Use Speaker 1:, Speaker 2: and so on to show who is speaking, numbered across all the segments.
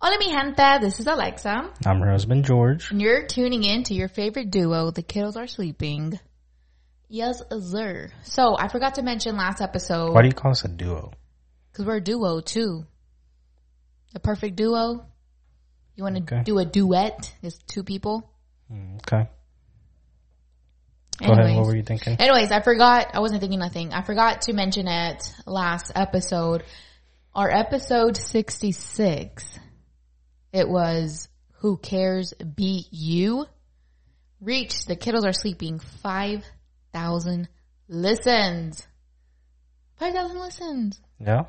Speaker 1: Hola mi gente, this is Alexa,
Speaker 2: I'm her husband, George.
Speaker 1: and you're tuning in to your favorite duo, The Kiddos Are Sleeping. Yes, sir. So, I forgot to mention last episode,
Speaker 2: Why do you call us a duo?
Speaker 1: because we're a duo too. A perfect duo. You want to
Speaker 2: Okay.
Speaker 1: do a duet? It's two people.
Speaker 2: Mm, Okay. Go
Speaker 1: Anyways. Eh.
Speaker 2: ahead. What were you thinking?
Speaker 1: Anyways, I forgot, I wasn't thinking nothing. I forgot to mention it last episode. Our episode 66, it was Who Cares Be You, reached the kiddos are sleeping 5,000 listens. 5,000 listens.
Speaker 2: Yeah.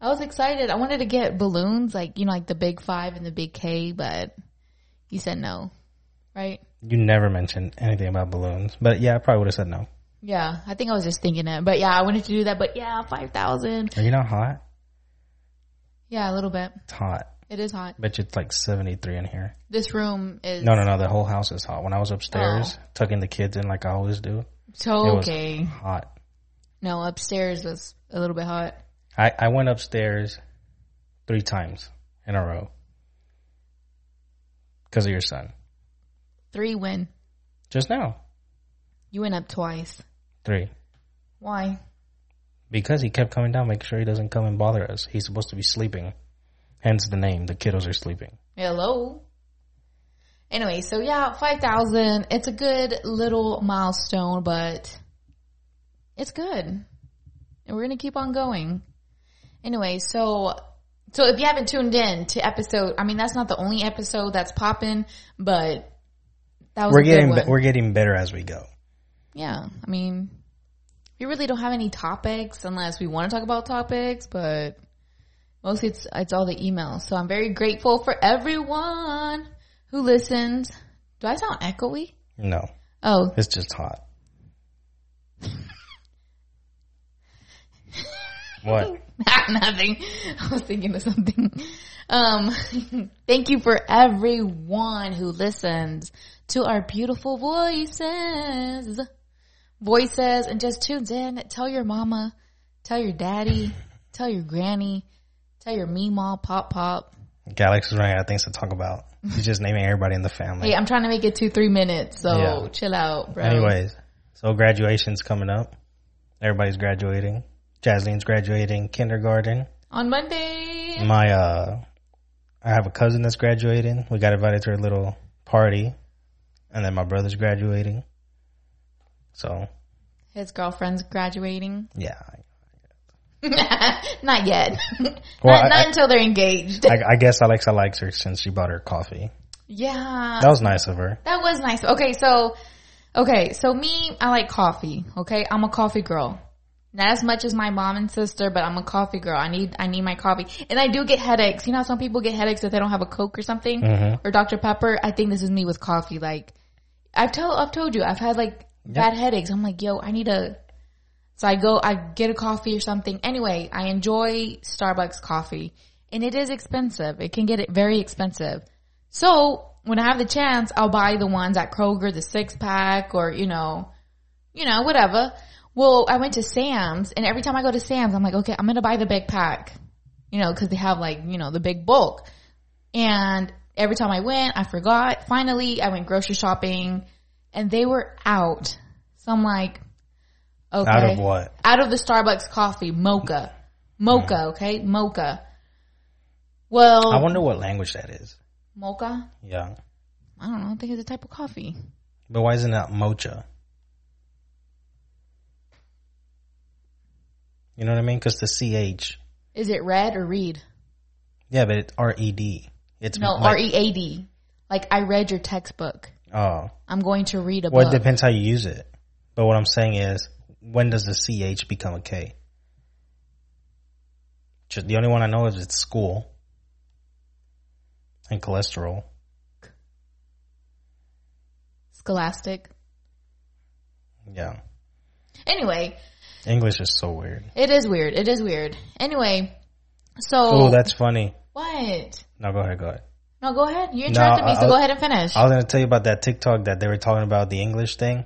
Speaker 1: I was excited. I wanted to get balloons, like, you know, like the big five and the big K, but you said no, right?
Speaker 2: You never mentioned anything about balloons, but yeah, I probably would have said no.
Speaker 1: Yeah, I think I was just thinking it, but yeah, I wanted to do that. But yeah, five thousand.
Speaker 2: Are you not hot?
Speaker 1: Yeah, a little bit.
Speaker 2: It's hot.
Speaker 1: It is hot.
Speaker 2: Bet you it's like 73 in here.
Speaker 1: This room is
Speaker 2: No, no, no. The whole house is hot. When I was upstairs, tucking the kids in like I always do,
Speaker 1: so
Speaker 2: was-
Speaker 1: okay.
Speaker 2: hot.
Speaker 1: No, upstairs was a little bit hot.
Speaker 2: I, I went upstairs three times in a row because of your son.
Speaker 1: Three win.
Speaker 2: Just now,
Speaker 1: You went up twice.
Speaker 2: three.
Speaker 1: Why?
Speaker 2: Because he kept coming down, making sure he doesn't come and bother us. He's supposed to be sleeping. Hence the name, the kiddos are sleeping.
Speaker 1: Hello. Anyway, so yeah, five thousand. It's a good little milestone, but it's good, and we're gonna keep on going. Anyway, so so if you haven't tuned in to episode, I mean that's not the only episode that's popping, but that was
Speaker 2: We're
Speaker 1: a good
Speaker 2: getting
Speaker 1: one.
Speaker 2: be- we're getting better as we go.
Speaker 1: yeah. I mean, we really don't have any topics unless we want to talk about topics, but mostly it's it's all the emails. So I'm very grateful for everyone who listens. Do I sound echoey?
Speaker 2: No,
Speaker 1: Oh,
Speaker 2: it's just hot. what?
Speaker 1: nothing. I was thinking of something. Um, thank you for everyone who listens to our beautiful voices, voices, and just tunes in. Tell your mama, tell your daddy, tell your granny, tell your mima, pop pop.
Speaker 2: Galaxy's running out of things to talk about. He's just naming everybody in the family.
Speaker 1: Hey, I'm trying to make it two, three minutes, so
Speaker 2: Yeah.
Speaker 1: chill out, bro.
Speaker 2: Anyways, so graduation's coming up. Everybody's graduating. Jasmine's graduating kindergarten.
Speaker 1: on Monday.
Speaker 2: My uh I have a cousin that's graduating. We got invited to her little party. And then my brother's graduating. So
Speaker 1: His girlfriend's graduating.
Speaker 2: yeah.
Speaker 1: not yet. not
Speaker 2: Well, I-
Speaker 1: not
Speaker 2: I-
Speaker 1: until they're engaged.
Speaker 2: I, I guess Alexa likes her since she bought her coffee.
Speaker 1: yeah.
Speaker 2: That was nice of her.
Speaker 1: That was nice. Okay, so okay, so me, I like coffee. Okay, I'm a coffee girl. Not as much as my mom and sister, but I'm a coffee girl. I need I need my coffee, and I do get headaches. You know, how some people get headaches if they don't have a Coke or something
Speaker 2: Mhm.
Speaker 1: or Dr Pepper. I think this is me with coffee. Like I've told I've told you I've had like bad headaches. I'm like, yo, I need a. So I go, I get a coffee or something. Anyway, I enjoy Starbucks coffee, and it is expensive. It can get it very expensive. So when I have the chance, I'll buy the ones at Kroger, the six pack, or you know, you know, whatever. Well, I went to Sam's, and every time I go to Sam's, I'm like, okay, I'm gonna buy the big pack, you know, because they have like you know the big bulk. And every time I went, I forgot. Finally, I went grocery shopping, and they were out. So I'm like, okay,
Speaker 2: Out of what?
Speaker 1: out of the Starbucks coffee, mocha, mocha, okay, mocha. Well,
Speaker 2: Mm. I wonder what language that is.
Speaker 1: mocha.
Speaker 2: Yeah.
Speaker 1: I don't know. I think it's a type of coffee.
Speaker 2: But why isn't that mocha? You know what I mean? Because the CH.
Speaker 1: Is it red or read?
Speaker 2: Yeah, but it's R E D. It's
Speaker 1: No,
Speaker 2: like-
Speaker 1: R E A D. Like I read your textbook.
Speaker 2: Oh.
Speaker 1: I'm going to read a
Speaker 2: Well, it
Speaker 1: book.
Speaker 2: depends how you use it. But what I'm saying is, when does the CH become a K? Ju- The only one I know is it's school and cholesterol.
Speaker 1: Scholastic.
Speaker 2: Yeah.
Speaker 1: Anyway,
Speaker 2: English is so weird.
Speaker 1: it is weird. It is weird. Anyway, so
Speaker 2: Oh, that's funny.
Speaker 1: what?
Speaker 2: No, go ahead, go ahead.
Speaker 1: No, go ahead. You
Speaker 2: No,
Speaker 1: interrupted me,
Speaker 2: I-
Speaker 1: so go
Speaker 2: I-
Speaker 1: ahead and finish.
Speaker 2: I was going to tell you about that TikTok that they were talking about the English thing.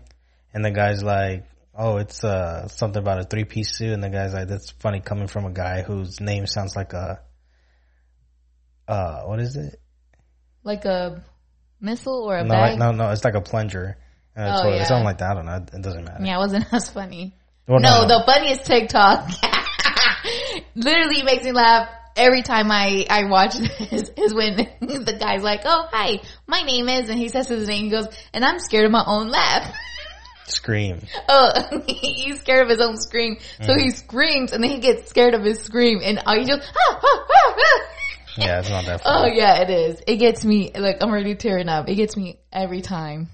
Speaker 2: And the guy's like, oh, it's uh, something about a three piece suit. And the guy's like, that's funny coming from a guy whose name sounds like a uh, what is it?
Speaker 1: Like a missile or a
Speaker 2: No, I-
Speaker 1: bag?
Speaker 2: no, no. It's like a plunger. And a
Speaker 1: Oh,
Speaker 2: toilet.
Speaker 1: yeah.
Speaker 2: Something like that. I don't know. It doesn't matter.
Speaker 1: Yeah, it wasn't as funny.
Speaker 2: Well,
Speaker 1: no, the funniest TikTok. Literally makes me laugh every time I, I watch this is when the guy's like, oh, hi, my name is, and he says his name, he goes, and I'm scared of my own laugh.
Speaker 2: Scream.
Speaker 1: Oh, he's scared of his own scream. So he screams and then he gets scared of his scream and I just, ah, ah, ah, ah.
Speaker 2: Yeah, it's not that
Speaker 1: Oh
Speaker 2: funny.
Speaker 1: yeah, it is. It gets me, like, I'm already tearing up. It gets me every time.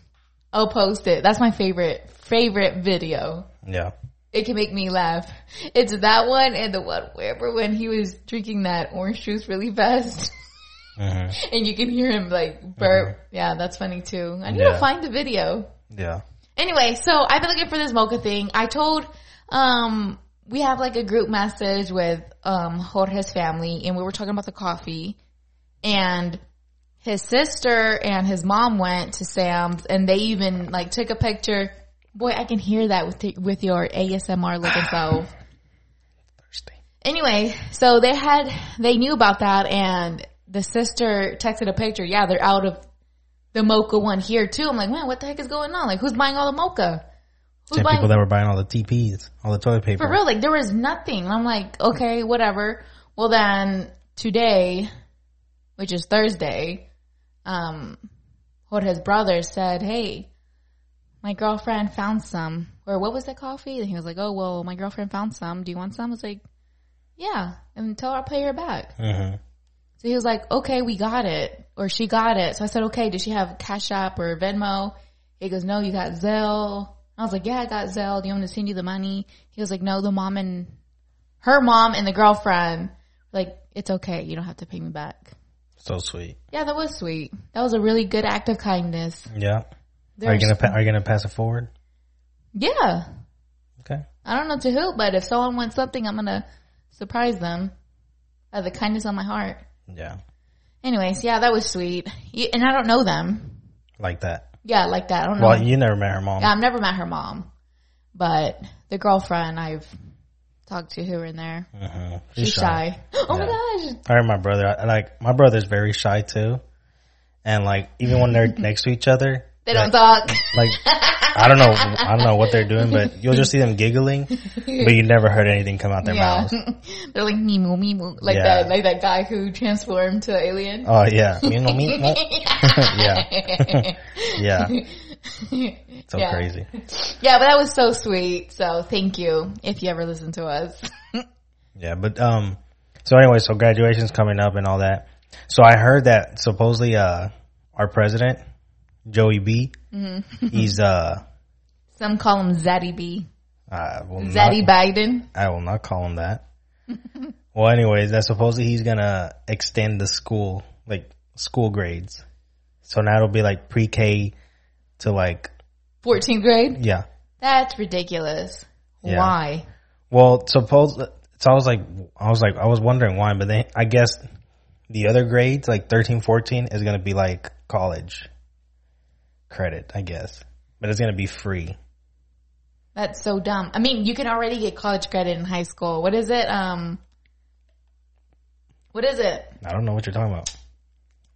Speaker 1: I'll post it. That's my favorite, favorite video.
Speaker 2: Yeah.
Speaker 1: It can make me laugh. It's that one and the one where when he was drinking that orange juice really fast
Speaker 2: hmm
Speaker 1: and you can hear him like burp. Yeah, that's funny too. I need
Speaker 2: Yeah.
Speaker 1: to find the video.
Speaker 2: Yeah.
Speaker 1: Anyway, so I've been looking for this mocha thing. I told, um, we have like a group message with, um, Jorge's family and we were talking about the coffee and his sister and his mom went to Sam's and they even like took a picture. Boy, I can hear that with, the, with your ASMR looking self.
Speaker 2: Thirsty.
Speaker 1: Anyway, so they had, they knew about that and the sister texted a picture. Yeah, they're out of the mocha one here too. I'm like, man, what the heck is going on? Like, who's buying all the mocha? Who's
Speaker 2: And
Speaker 1: buying
Speaker 2: people that were buying all the TPs, all the toilet paper.
Speaker 1: for real? Like, there was nothing. And I'm like, okay, whatever. Well, then today, which is Thursday, um, Jorge's brother said, hey, my girlfriend found some, or what was that coffee? And he was like, oh, well, my girlfriend found some. Do you want some? I was like, yeah, and tell her I'll pay her back.
Speaker 2: hmm
Speaker 1: So he was like, okay, we got it. Or she got it. So I said, okay, did she have Cash App or Venmo? He goes, no, you got Zelle. I was like, yeah, I got Zelle. Do you want me to send you the money? He was like, no, the mom and her mom and the girlfriend, like, it's okay. You don't have to pay me back.
Speaker 2: So sweet.
Speaker 1: Yeah, that was sweet. That was a really good act of kindness.
Speaker 2: Yeah. Are
Speaker 1: There's-
Speaker 2: you gonna pa- are you gonna pass it forward?
Speaker 1: yeah.
Speaker 2: Okay.
Speaker 1: I don't know to who, but if someone wants something, I'm going to surprise them by the kindness on my heart.
Speaker 2: Yeah.
Speaker 1: Anyways, yeah, that was sweet. Y- And I don't know them.
Speaker 2: Like that.
Speaker 1: Yeah, like that. I don't know.
Speaker 2: Well, you never met her mom.
Speaker 1: Yeah, I've never met her mom, but the girlfriend I've talked to here and there.
Speaker 2: hmm
Speaker 1: She's shy. Oh my gosh.
Speaker 2: I heard my brother. I, like my brother's very shy too, and like even when they're next to each other,
Speaker 1: They don't
Speaker 2: like,
Speaker 1: talk.
Speaker 2: Like I don't know, I don't know what they're doing, but you'll just see them giggling, but you never heard anything come out their
Speaker 1: Yeah.
Speaker 2: mouths.
Speaker 1: They're like Nemo Nemo. Like
Speaker 2: Yeah.
Speaker 1: that like that guy who transformed to alien.
Speaker 2: Oh yeah, You know me? No. yeah, yeah, so
Speaker 1: Yeah.
Speaker 2: crazy.
Speaker 1: yeah, but that was so sweet. So thank you if you ever listen to us.
Speaker 2: Yeah, but um, so anyway, so graduation's coming up and all that. So I heard that supposedly uh our president Joey B,
Speaker 1: Mm-hmm.
Speaker 2: he's uh,
Speaker 1: Some call him Zaddy B.
Speaker 2: I will not-
Speaker 1: Zaddy Biden.
Speaker 2: I will not call him that. well, anyways, that supposedly he's gonna extend the school, like school grades. So now it'll be like pre-K to like,
Speaker 1: 14th grade.
Speaker 2: yeah.
Speaker 1: That's ridiculous.
Speaker 2: Yeah.
Speaker 1: Why?
Speaker 2: Well, suppose, so I was like, I was like, I was wondering why, but then I guess the other grades, like 13, 14 is gonna be like college credit, I guess. But it's gonna be free.
Speaker 1: That's so dumb. I mean, you can already get college credit in high school. What is it? Um, what is it?
Speaker 2: I don't know what you're talking about.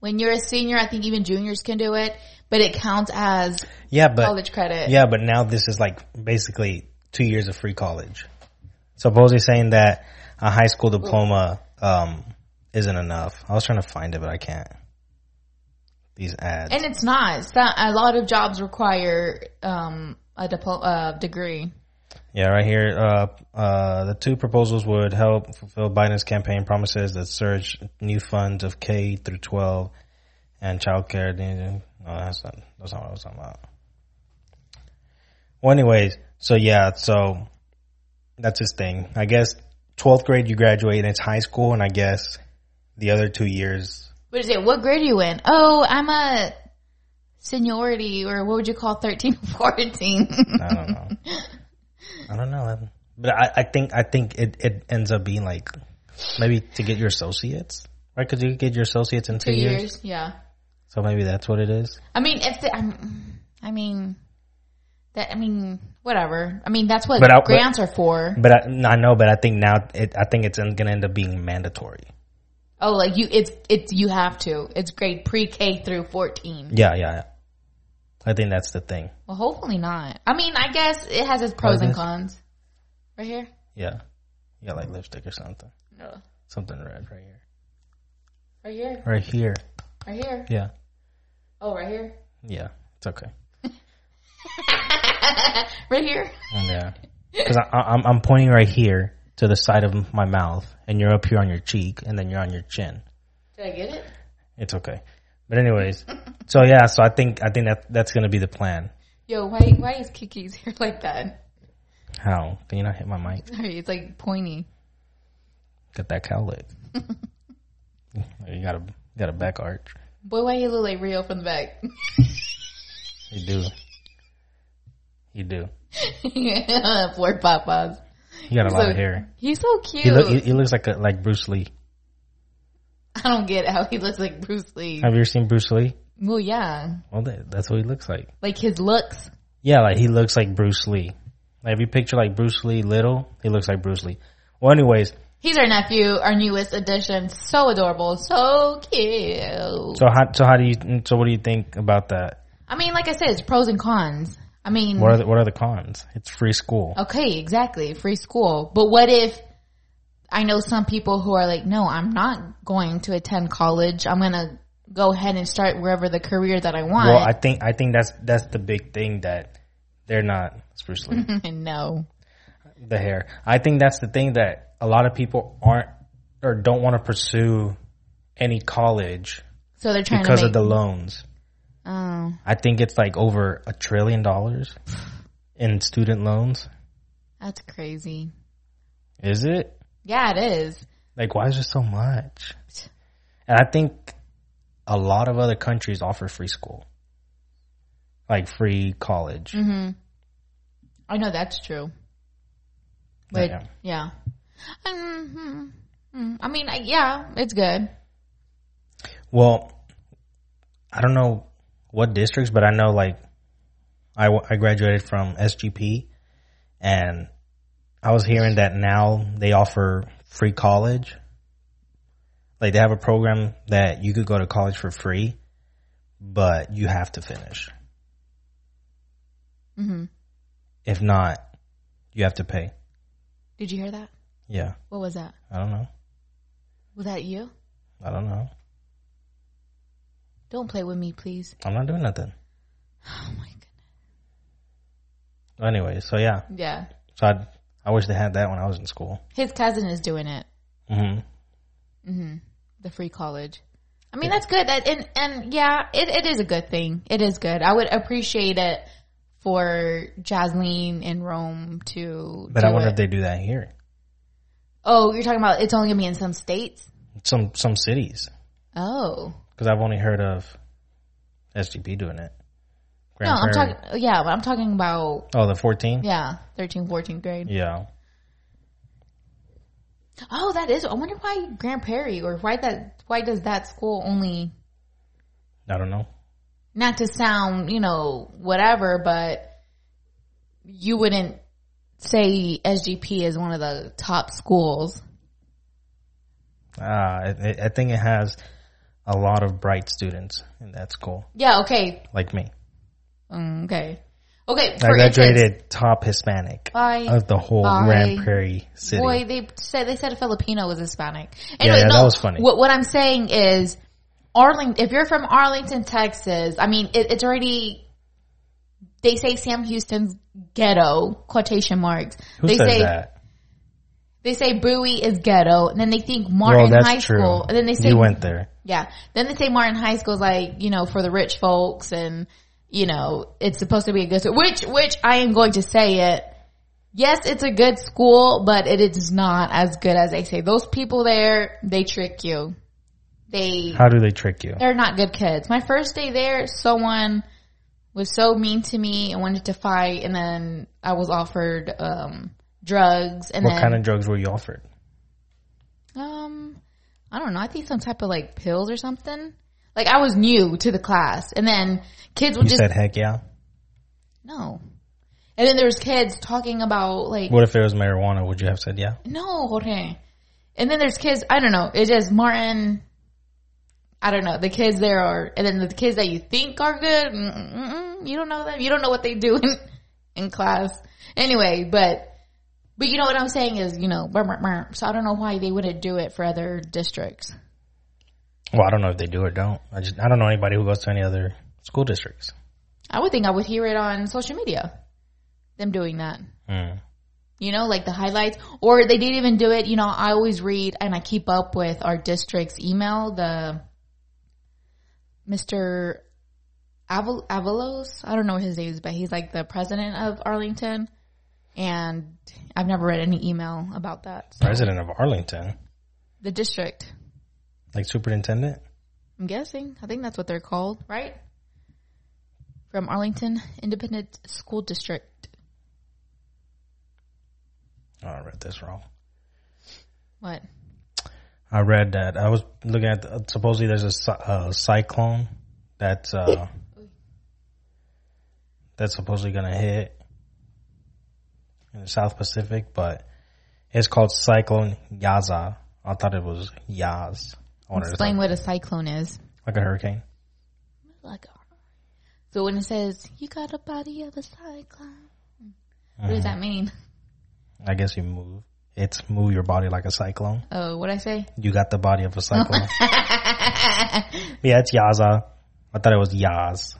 Speaker 1: When you're a senior, I think even juniors can do it, but it counts as
Speaker 2: Yeah, but
Speaker 1: college credit.
Speaker 2: Yeah, but now this is like basically two years of free college. Suppose he's saying that a high school diploma um, isn't enough. I was trying to find it, but I can't. These ads.
Speaker 1: And it's not. It's not- a lot of jobs require um, a diplo- uh, degree.
Speaker 2: yeah, right here. Uh, uh, the two proposals would help fulfill Biden's campaign promises that surge new funds of K through 12 and child care. No, that's not, that's not what I was talking about. Well, anyways, so yeah, so that's his thing. I guess 12th grade you graduate and it's high school, and I guess the other two years,
Speaker 1: What is it? What grade are you in? Oh, I'm a seniority, or what would you call 13 14?
Speaker 2: I don't know. I don't know. But I, I think I think it, it ends up being like maybe to get your associates, right? Because you get your associates in two,
Speaker 1: Two
Speaker 2: years.
Speaker 1: years, yeah.
Speaker 2: so maybe that's what it is.
Speaker 1: I mean, if the, I'm, I mean, that I mean, whatever. I mean, that's what
Speaker 2: But I- but-
Speaker 1: grants are for.
Speaker 2: But I, I know, but I think now it, I think it's going to end up being mandatory.
Speaker 1: Oh, like you, it's, it's, you have to. It's grade pre-K through 14.
Speaker 2: Yeah, yeah, yeah. I think that's the thing.
Speaker 1: Well, hopefully not. I mean, I guess it has its pros
Speaker 2: Like
Speaker 1: and
Speaker 2: this?
Speaker 1: cons. Right here?
Speaker 2: Yeah. You got like lipstick or something.
Speaker 1: No.
Speaker 2: Something red right here.
Speaker 1: Right here?
Speaker 2: Right here.
Speaker 1: Right here?
Speaker 2: Yeah.
Speaker 1: Oh, right here?
Speaker 2: Yeah. It's okay.
Speaker 1: Right here?
Speaker 2: And uh, yeah. Because I'm, I'm pointing right here to the side of my mouth and you're up here on your cheek and then you're on your chin.
Speaker 1: Did I get it?
Speaker 2: It's okay. But anyways, so yeah, so I think, I think that that's going to be the plan.
Speaker 1: Yo, why, why is Kiki's hair like that?
Speaker 2: How? Can you not hit my mic?
Speaker 1: Sorry, it's like pointy.
Speaker 2: Got that cowlick. you got a, you got a back arch.
Speaker 1: Boy, why you look like Rio from the back?
Speaker 2: You do. You do.
Speaker 1: Poor Papas.
Speaker 2: You got a lot
Speaker 1: so,
Speaker 2: of hair.
Speaker 1: He's so cute.
Speaker 2: He, look, he, he looks like a, like Bruce Lee.
Speaker 1: I don't get how he looks like Bruce Lee.
Speaker 2: Have you ever seen Bruce Lee?
Speaker 1: Well, yeah,
Speaker 2: Well, that, that's what he looks like.
Speaker 1: like his looks.
Speaker 2: Yeah, like he looks like Bruce Lee. Like if you picture like Bruce Lee little, he looks like Bruce Lee. Well, anyways,
Speaker 1: He's our nephew, our newest addition. So adorable, so cute.
Speaker 2: so how so how do you so what do you think about that?
Speaker 1: I mean, like I said, it's pros and cons. I mean,
Speaker 2: What are the, what are the cons? It's free school.
Speaker 1: okay, exactly, free school. But what if I know some people who are like, no, I'm not going to attend college. I'm gonna go ahead and start wherever the career that I want.
Speaker 2: Well, I think I think that's that's the big thing that they're not it's Bruce Lee.
Speaker 1: Mm-hmm. no,
Speaker 2: the hair. I think that's the thing that a lot of people aren't or don't want to pursue any college
Speaker 1: so they're trying
Speaker 2: because
Speaker 1: to
Speaker 2: of
Speaker 1: make.
Speaker 2: the loans.
Speaker 1: oh.
Speaker 2: I think it's like over a trillion dollars in student loans.
Speaker 1: That's crazy.
Speaker 2: Is it?
Speaker 1: Yeah, it is.
Speaker 2: Like, why is there so much? And I think a lot of other countries offer free school, like free college.
Speaker 1: I know that's true. But yeah,
Speaker 2: Yeah.
Speaker 1: Um, hmm, hmm. I mean, I, yeah, it's good.
Speaker 2: Well, I don't know what districts, but I know like I, w- I graduated from SGP and I was hearing that now they offer free college. Like they have a program that you could go to college for free, but you have to finish.
Speaker 1: hmm
Speaker 2: If not, you have to pay.
Speaker 1: Did you hear that?
Speaker 2: Yeah.
Speaker 1: What was that?
Speaker 2: I don't know.
Speaker 1: Was that you?
Speaker 2: I don't know.
Speaker 1: Don't play with me, please.
Speaker 2: I'm not doing nothing.
Speaker 1: Oh my goodness.
Speaker 2: Anyway, so yeah.
Speaker 1: Yeah,
Speaker 2: So I, I wish they had that when I was in school.
Speaker 1: his cousin is doing it.
Speaker 2: hmm
Speaker 1: The free college. I mean, that's good. That and and yeah, it, it is a good thing. It is good. I would appreciate it for Jasmine and Rome to.
Speaker 2: But
Speaker 1: do
Speaker 2: I wonder
Speaker 1: it.
Speaker 2: if they do that here.
Speaker 1: Oh, you're talking about it's only gonna be in some states.
Speaker 2: Some, some cities.
Speaker 1: Oh.
Speaker 2: Because I've only heard of SGP doing it.
Speaker 1: No, I'm
Speaker 2: Prairie.
Speaker 1: talking. Yeah, but I'm talking about
Speaker 2: Oh, the 14?
Speaker 1: yeah, 13, 14th grade.
Speaker 2: Yeah.
Speaker 1: Oh, that is. I wonder why Grand Prairie or why that why does that school only
Speaker 2: I don't know.
Speaker 1: not to sound you know whatever, but you wouldn't say SGP is one of the top schools.
Speaker 2: Uh, I, I think it has a lot of bright students in that school,
Speaker 1: Yeah. Okay.
Speaker 2: like me.
Speaker 1: Mm, okay. Okay.
Speaker 2: I
Speaker 1: for instance-
Speaker 2: graduated top Hispanic
Speaker 1: Bye.
Speaker 2: of the whole
Speaker 1: Bye.
Speaker 2: Grand Prairie city.
Speaker 1: Boy, they said they said a Filipino was Hispanic.
Speaker 2: Yeah,
Speaker 1: Anyway,
Speaker 2: yeah,
Speaker 1: no,
Speaker 2: that was funny.
Speaker 1: What, what I'm saying is, Arlington. If you're from Arlington, Texas, I mean, it, it's already. They say Sam Houston's ghetto quotation marks.
Speaker 2: Who
Speaker 1: they
Speaker 2: says
Speaker 1: say
Speaker 2: that?
Speaker 1: they say Bowie is ghetto, and then they think Martin
Speaker 2: well, that's
Speaker 1: High
Speaker 2: true.
Speaker 1: School, and then they say
Speaker 2: you went there.
Speaker 1: yeah. Then they say Martin High School's like, you know, for the rich folks and, you know, it's supposed to be a good school, which, which I am going to say it. Yes, it's a good school, but it is not as good as they say. Those people there, they trick you. They,
Speaker 2: How do they trick you?
Speaker 1: they're not good kids. My first day there, someone was so mean to me and wanted to fight and then I was offered, um, drugs and
Speaker 2: What
Speaker 1: then,
Speaker 2: kind of drugs were you offered?
Speaker 1: um, I don't know. I think some type of like pills or something. Like I was new to the class, and then kids would
Speaker 2: You
Speaker 1: just
Speaker 2: said, heck yeah.
Speaker 1: no. And then there was kids talking about like
Speaker 2: What if it was marijuana? Would you have said yeah?
Speaker 1: no, Jorge. And then there's kids. I don't know. It's just Martin. I don't know. The kids there are, and then the kids that you think are good, mm, mm, mm, you don't know them. You don't know what they do in, in class. Anyway, but, but you know what I'm saying is, you know, brr, brr, brr. so I don't know why they wouldn't do it for other districts.
Speaker 2: Well, I don't know if they do or don't. I just I don't know anybody who goes to any other school districts.
Speaker 1: I would think I would hear it on social media, them doing that.
Speaker 2: Mm.
Speaker 1: you know, like the highlights, or they didn't even do it. You know, I always read and I keep up with our district's email, the Mr. Aval- Avalos. I don't know what his name is, but he's like the president of Arlington. And I've never read any email about that. So
Speaker 2: President of Arlington,
Speaker 1: the district,
Speaker 2: like superintendent.
Speaker 1: I'm guessing. I think that's what they're called, right? From Arlington Independent School District.
Speaker 2: Oh, I read this wrong.
Speaker 1: What?
Speaker 2: I read that I was looking at the, supposedly there's a cy- uh, cyclone that's uh, that's supposedly gonna hit in the South Pacific, but it's called Cyclone Yaza. I thought it was Yaz. I wanted to
Speaker 1: Explain what a cyclone is.
Speaker 2: like a hurricane.
Speaker 1: like so when it says you got a body of a cyclone what
Speaker 2: Uh-huh.
Speaker 1: does that mean
Speaker 2: I guess you move. It's move your body like a cyclone.
Speaker 1: oh what i say
Speaker 2: You got the body of a cyclone. yeah, it's Yaza. I thought it was Yaz.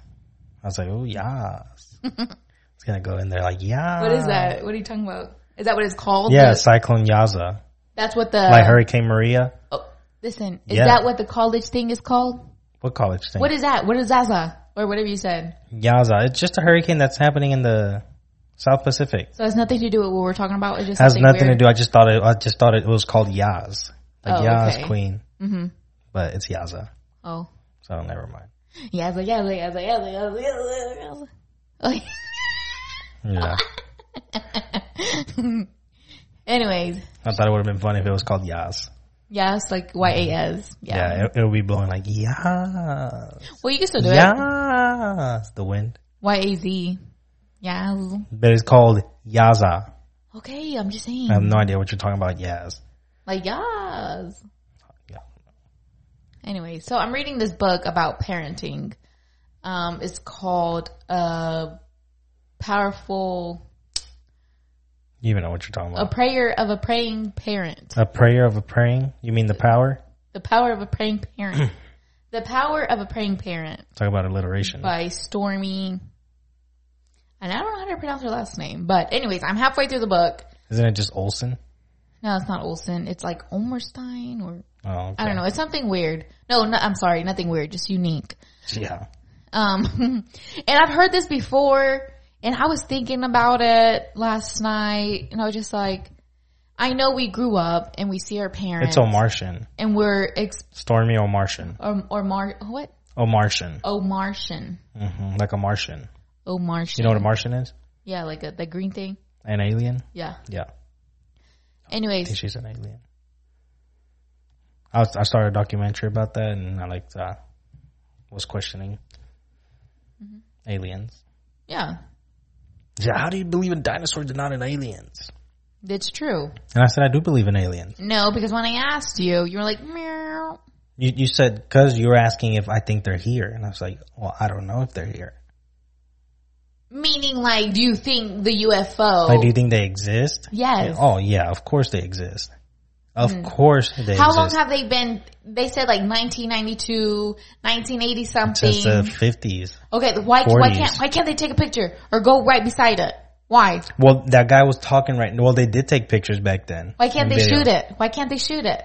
Speaker 2: I was like, oh, Yaz. it's gonna go in there like Yaz.
Speaker 1: what is that what are you talking about is Uh, that what it's called
Speaker 2: Yeah,
Speaker 1: The-
Speaker 2: Cyclone Yaza.
Speaker 1: that's what the
Speaker 2: Like Hurricane Maria.
Speaker 1: oh, listen is
Speaker 2: Yeah.
Speaker 1: that what the college thing is called
Speaker 2: What college thing?
Speaker 1: what is that what is zaza or whatever you said
Speaker 2: Yaza. It's just a hurricane that's happening in the South Pacific.
Speaker 1: so it's nothing to do with what we're talking about it's just
Speaker 2: has nothing to do. I just thought it. I just thought it was called Yaz, like
Speaker 1: Oh,
Speaker 2: Yaz
Speaker 1: okay.
Speaker 2: Queen,
Speaker 1: mm-hmm
Speaker 2: but it's Yaza.
Speaker 1: oh
Speaker 2: So never mind.
Speaker 1: yaza yaza yaza yaza yaza yaza yaza oh, yeah. Ah.
Speaker 2: Yeah,
Speaker 1: anyways
Speaker 2: I thought it would have been funny if it was called Yaz.
Speaker 1: yes like y-a-s yeah,
Speaker 2: Yeah, it, it'll be blowing like Yaz,
Speaker 1: well you can still do it
Speaker 2: Yaz. The wind,
Speaker 1: Y A Z. Yaz.
Speaker 2: but it's called Yaza.
Speaker 1: Okay, I'm just saying.
Speaker 2: I have no idea what you're talking about. Yaz.
Speaker 1: like Yaz.
Speaker 2: Yeah.
Speaker 1: Anyway, so I'm reading this book about parenting. Um, it's called uh, Powerful
Speaker 2: You even know what you're talking
Speaker 1: A
Speaker 2: about.
Speaker 1: Prayer of a Praying Parent.
Speaker 2: A prayer of a praying. You mean the power?
Speaker 1: The Power of a Praying Parent. the Power of a Praying Parent
Speaker 2: Talk about alliteration.
Speaker 1: by Stormy. And I don't know how to pronounce her last name, but anyways, I'm halfway through the book.
Speaker 2: Isn't it just Olson?
Speaker 1: No, it's not Olson. It's like Olmerstein or
Speaker 2: Oh, okay.
Speaker 1: I don't know. It's something weird. No, no, I'm sorry. Nothing weird. Just unique.
Speaker 2: Yeah.
Speaker 1: Um, and I've heard this before and I was thinking about it last night and I was just like, I know we grew up and we see our parents
Speaker 2: It's O'Martian.
Speaker 1: and we're, ex-
Speaker 2: Stormy O'Martian.
Speaker 1: or, or Mar, what?
Speaker 2: O'Martian.
Speaker 1: Oh, Martian.
Speaker 2: hmm Like a Martian.
Speaker 1: Oh, Martian.
Speaker 2: You know what a Martian is?
Speaker 1: yeah, like a, the green thing.
Speaker 2: An alien?
Speaker 1: Yeah.
Speaker 2: Yeah. I think
Speaker 1: Anyways,
Speaker 2: she's an alien. I, was, I started a documentary about that and I like uh, was questioning
Speaker 1: Mm-hmm.
Speaker 2: aliens.
Speaker 1: yeah,
Speaker 2: Yeah, how do you believe in dinosaurs and not in aliens?
Speaker 1: it's true.
Speaker 2: And I said, I do believe in aliens.
Speaker 1: No, because when I asked you, you were like, meow.
Speaker 2: You, you said, because you were asking if I think they're here. And I was like, well, I don't know if they're here.
Speaker 1: Meaning like, do you think the UFO?
Speaker 2: Like, do you think they exist?
Speaker 1: Oh. Yes. Mm.
Speaker 2: Oh, yeah, of course they exist. Of course they
Speaker 1: How long
Speaker 2: exist.
Speaker 1: have they been? They said like 1992, 1980
Speaker 2: Since the
Speaker 1: something.
Speaker 2: 50s.
Speaker 1: Okay, why, why
Speaker 2: 40s.
Speaker 1: can't why can't they take a picture or go right beside it? Why?
Speaker 2: Well, that guy was talking right. Well, they did take pictures back then.
Speaker 1: Why can't they shoot it? Why can't they shoot it?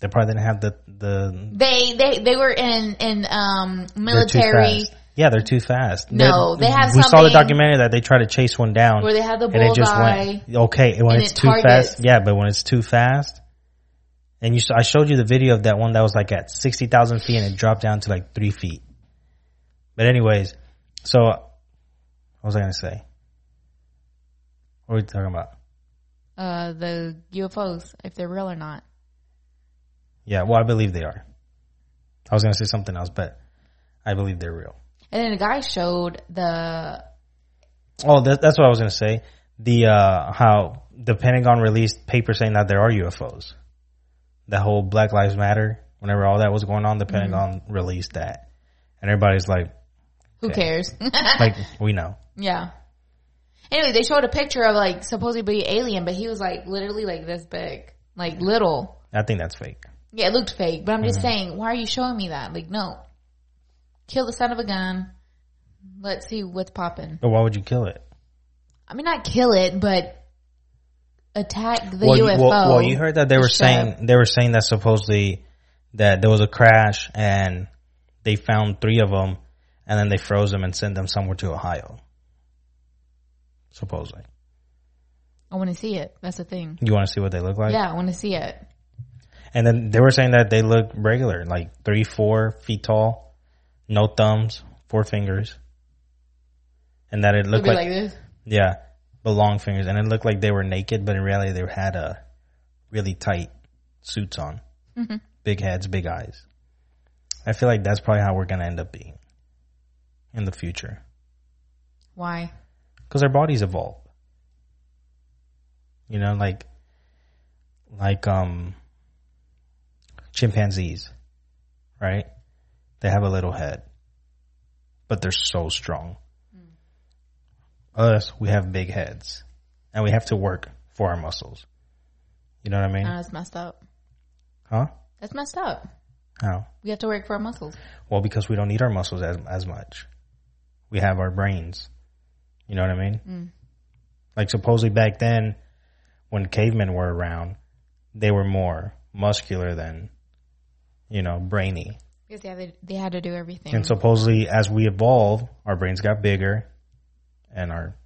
Speaker 2: They probably didn't have the the
Speaker 1: They they they were in in um
Speaker 2: they're too
Speaker 1: military
Speaker 2: fast. Yeah, they're too fast.
Speaker 1: No,
Speaker 2: They're-
Speaker 1: they have
Speaker 2: We saw the
Speaker 1: something-
Speaker 2: documentary that they try to chase one down,
Speaker 1: where they had the
Speaker 2: and it just
Speaker 1: bullseye.
Speaker 2: went okay. When
Speaker 1: and
Speaker 2: it's
Speaker 1: it
Speaker 2: too
Speaker 1: targets.
Speaker 2: fast, yeah, but when it's too fast, and you, s- I showed you the video of that one that was like at sixty thousand feet and it dropped down to like three feet. But anyways, so what was I gonna say? What were we talking about?
Speaker 1: Uh, the UFOs, if they're real or not.
Speaker 2: Yeah, well, I believe they are. I was gonna say something else, but I believe they're real.
Speaker 1: And then the guy showed the
Speaker 2: Oh, that, that's what I was gonna say. The uh, how the Pentagon released paper saying that there are UFOs. that whole Black Lives Matter, whenever all that was going
Speaker 1: Mm-hmm.
Speaker 2: on, the Pentagon released that, and everybody's like,
Speaker 1: Who
Speaker 2: Okay.
Speaker 1: cares?
Speaker 2: like we know.
Speaker 1: yeah. Anyway, they showed a picture of like supposedly alien, but he was like literally like this big, like little.
Speaker 2: I think that's fake.
Speaker 1: Yeah, it looked fake, but I'm just
Speaker 2: Mm-hmm.
Speaker 1: saying, why are you showing me that? Like, no. Kill the son of a gun. Let's see what's popping.
Speaker 2: But why would you kill it?
Speaker 1: I mean, not kill it, but attack the
Speaker 2: well, you-
Speaker 1: UFO.
Speaker 2: well, well, you heard that they were
Speaker 1: ship.
Speaker 2: saying they were saying that supposedly that there was a crash and they found three of them, and then they froze them and sent them somewhere to Ohio. Supposedly,
Speaker 1: I want to see it. That's the thing.
Speaker 2: you want to see what they look like?
Speaker 1: Yeah, I want to see it.
Speaker 2: And then they were saying that they look regular, like three, four feet tall, no thumbs, four fingers, and that it
Speaker 1: It'd
Speaker 2: looked
Speaker 1: be
Speaker 2: like,
Speaker 1: like this.
Speaker 2: yeah, but long fingers, and it looked like they were naked, but in reality they had a really tight suits on,
Speaker 1: Mm-hmm.
Speaker 2: big heads, big eyes. I feel like that's probably how we're gonna end up being in the future
Speaker 1: Why?
Speaker 2: because our bodies evolve. You know, like like um chimpanzees, right? They have a little head, but they're so strong. Us, we have big heads, and we have to work for our muscles. You know what I mean?
Speaker 1: No, that's messed up.
Speaker 2: huh?
Speaker 1: That's messed up.
Speaker 2: How?
Speaker 1: We have to work for our muscles.
Speaker 2: Well, because we don't need our muscles as as much. We have our brains. You know what I mean? Like supposedly back then, when cavemen were around, they were more muscular than, you know, brainy.
Speaker 1: Because they had to, they had to do everything.
Speaker 2: And supposedly, as we evolve, our brains got bigger, and our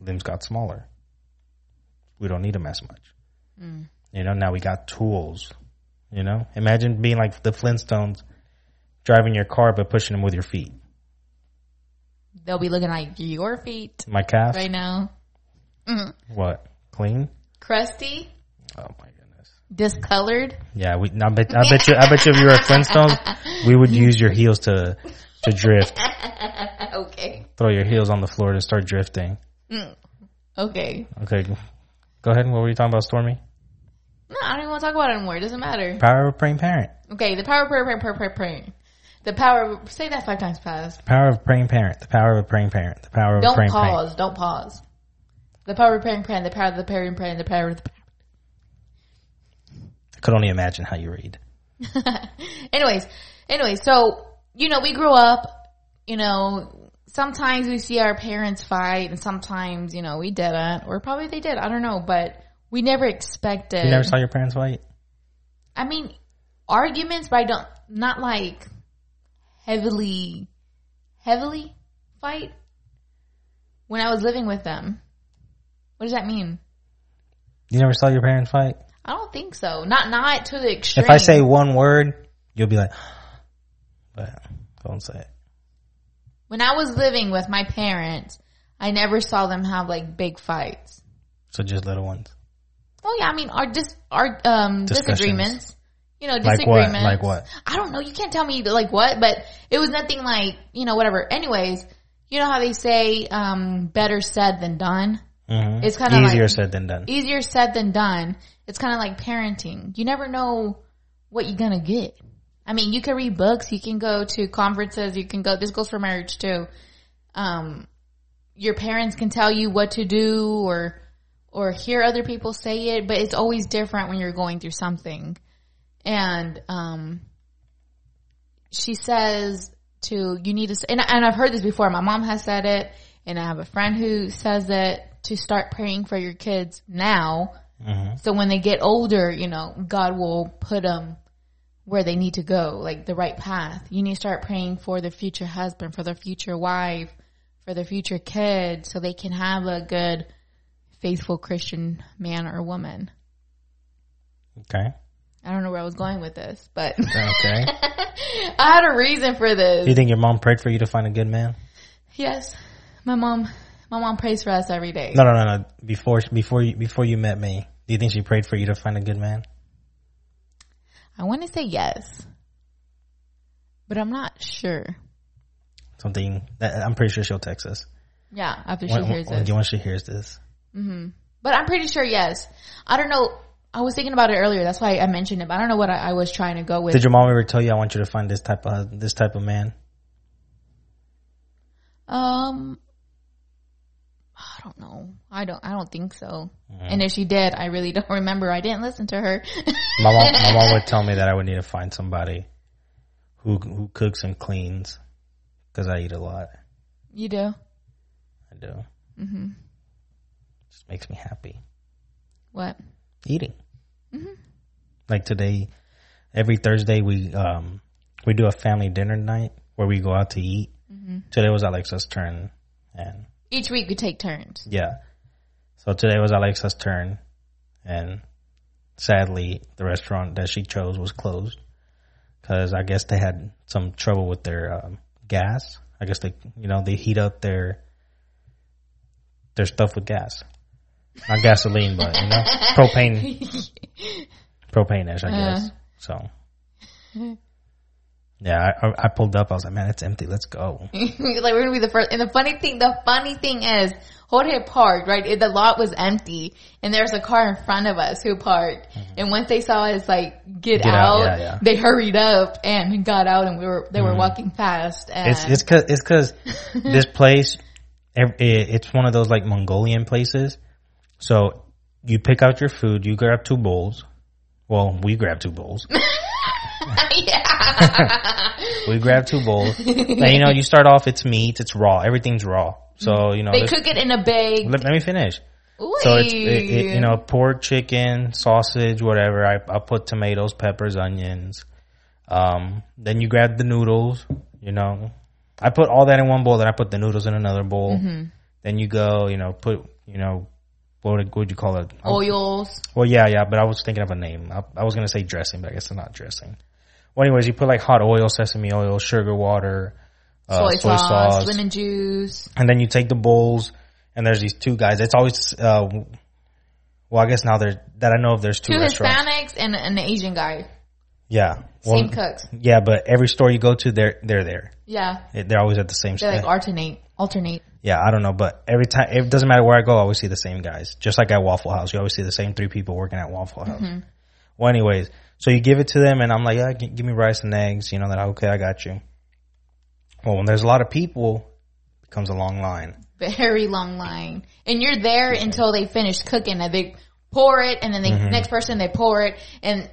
Speaker 2: limbs got smaller. We don't need them as much. You know, now we got tools. You know, imagine being like the Flintstones, driving your car but pushing them with your feet.
Speaker 1: They'll be looking like your feet
Speaker 2: My calf,
Speaker 1: right now.
Speaker 2: what clean?
Speaker 1: Crusty,
Speaker 2: Oh my goodness.
Speaker 1: discolored.
Speaker 2: Yeah, we. I bet. I bet you. I bet you. If you were Flintstones, we would use your heels to to drift.
Speaker 1: okay.
Speaker 2: Throw your heels on the floor to start drifting.
Speaker 1: Okay.
Speaker 2: Okay, go ahead. What were you talking about, Stormy?
Speaker 1: No, I don't even want to talk about it anymore. It doesn't matter.
Speaker 2: Power of a praying parent.
Speaker 1: Okay, the power of prayer, prayer, prayer, prayer, prayer. The power, say that five times fast.
Speaker 2: Power of a praying parent. The power of a praying parent. The power of a
Speaker 1: Don't
Speaker 2: praying parent.
Speaker 1: pause. Don't pause. The power of prayer and prayer, the power of the prayer and prayer, the power of the
Speaker 2: I could only imagine how you read.
Speaker 1: anyways, anyways, so you know, we grew up, you know, sometimes we see our parents fight and sometimes, you know, we didn't or probably they did, I don't know, but we never expected
Speaker 2: You never saw your parents fight.
Speaker 1: I mean arguments but I don't not like heavily heavily fight when I was living with them. What does that mean?
Speaker 2: You never saw your parents fight.
Speaker 1: I don't think so. Not not to the extreme.
Speaker 2: If I say one word, you'll be like, but don't say it.
Speaker 1: when I was living with my parents, I never saw them have like big fights.
Speaker 2: So just little ones.
Speaker 1: Oh yeah, I mean our dis our um
Speaker 2: Discussions.
Speaker 1: disagreements. You know,
Speaker 2: Like
Speaker 1: disagreements.
Speaker 2: what? Like what?
Speaker 1: I don't know. You can't tell me like what, but it was nothing like you know whatever. Anyways, you know how they say um better said than done.
Speaker 2: hmm
Speaker 1: It's kind of
Speaker 2: Easier
Speaker 1: like e
Speaker 2: said than done.
Speaker 1: easier said than done. It's kind of like parenting. You never know what you're gonna get. I mean, you can read books, you can go to conferences, you can go. This goes for marriage too. Um, your parents can tell you what to do, or or hear other people say it, but it's always different when you're going through something. And um, she says to you need to, s- and and I've heard this before. My mom has said it, and I have a friend who says it to start praying for your kids now. So when they get older, you know, God will put them where they need to go, like the right path. You need to start praying for the future husband, for the future wife, for the future kid, so they can have a good, faithful Christian man or woman.
Speaker 2: Okay.
Speaker 1: I don't know where I was going with this, but
Speaker 2: Okay.
Speaker 1: I had a reason for
Speaker 2: Do you
Speaker 1: this.
Speaker 2: think your mom prayed for you to find a good man?
Speaker 1: Yes, my mom, my mom prays for us every day.
Speaker 2: No, no, no, no. Before, before you, before you met me, do you think she prayed for you to find a good man?
Speaker 1: I want to say yes, but I'm not sure.
Speaker 2: Something that I'm pretty sure she'll text us
Speaker 1: Yeah, after she
Speaker 2: when,
Speaker 1: hears
Speaker 2: when-
Speaker 1: it.
Speaker 2: once she hears this.
Speaker 1: But I'm pretty sure yes. I don't know. I was thinking about it earlier. That's why I mentioned it. But I don't know what I, I was trying to go with.
Speaker 2: Did your mom ever tell you I want you to find this type of this type of man?
Speaker 1: Um, I don't know. I don't. I don't think so. And if she did, I really don't remember. I didn't listen to her.
Speaker 2: My mom, my mom would tell me that I would need to find somebody who who cooks and cleans because I eat a lot.
Speaker 1: you do.
Speaker 2: I do. Mm-hmm. Just makes me happy
Speaker 1: What?
Speaker 2: eating. Like today, every Thursday we um we do a family dinner night where we go out to eat. Today was Alexa's turn, and
Speaker 1: Each week we take turns.
Speaker 2: Yeah. So today was Alexa's turn, and sadly, the restaurant that she chose was closed because I guess they had some trouble with their um, gas. I guess they, you know, they heat up their their stuff with gas, not gasoline, but you know, propane, propane-ish, I guess. So. Yeah, I- I, I pulled up. I was like, "Man, it's empty. Let's go."
Speaker 1: like we're gonna be the first. And the funny thing, the funny thing is, Jorge parked right. It- the lot was empty, and there was a car in front of us who parked. And once they saw us like get,
Speaker 2: Mm-hmm. Get out,
Speaker 1: out,
Speaker 2: yeah, yeah. Mm-hmm.
Speaker 1: they hurried up and got out, and we were they were walking fast. And
Speaker 2: It's it's cause it's 'cause this place, ev- it, it's one of those like Mongolian places. So you pick out your food, you grab two bowls. Well, we grab two bowls. we grab two bowls. And you know, you start off. It's meat. It's raw. Everything's raw. So you know,
Speaker 1: they
Speaker 2: there's-
Speaker 1: cook it in a bag.
Speaker 2: let, let me finish.
Speaker 1: Ooh.
Speaker 2: So it's it, it, you know pork, chicken, sausage, whatever. I I put tomatoes, peppers, onions. Um, then you grab the noodles. You know, I put all that in one bowl. Then I put the noodles in another bowl. Then you go. You know, put you know, what would, what would you call it?
Speaker 1: oils.
Speaker 2: Well, yeah, yeah. But I was thinking of a name. I, I was gonna say dressing, but I guess it's not dressing. Well, anyways, you put like hot oil, sesame oil, sugar water, uh,
Speaker 1: soy, sauce, lemon juice.
Speaker 2: and then you take the bowls and there's these two guys it's always uh w- well i guess now there that i know of there's two,
Speaker 1: Two
Speaker 2: restaurants
Speaker 1: Hispanics and an Asian guy.
Speaker 2: yeah
Speaker 1: Same
Speaker 2: Well,
Speaker 1: cooks.
Speaker 2: yeah but every store you go to they're they're there
Speaker 1: Yeah.
Speaker 2: They- they're always at the same
Speaker 1: They
Speaker 2: store
Speaker 1: like alternate. Alternate.
Speaker 2: yeah i don't know but every time it doesn't matter where i go i always see the same guys just like at waffle house you always see the same three people working at waffle house well anyways so you give it to them and i'm like yeah g- give me rice and eggs you know that okay i got you well when there's a lot of people it becomes a long line
Speaker 1: Very long line. And you're there until they finish cooking. And they pour it and then the
Speaker 2: Mm-hmm.
Speaker 1: next person they pour it and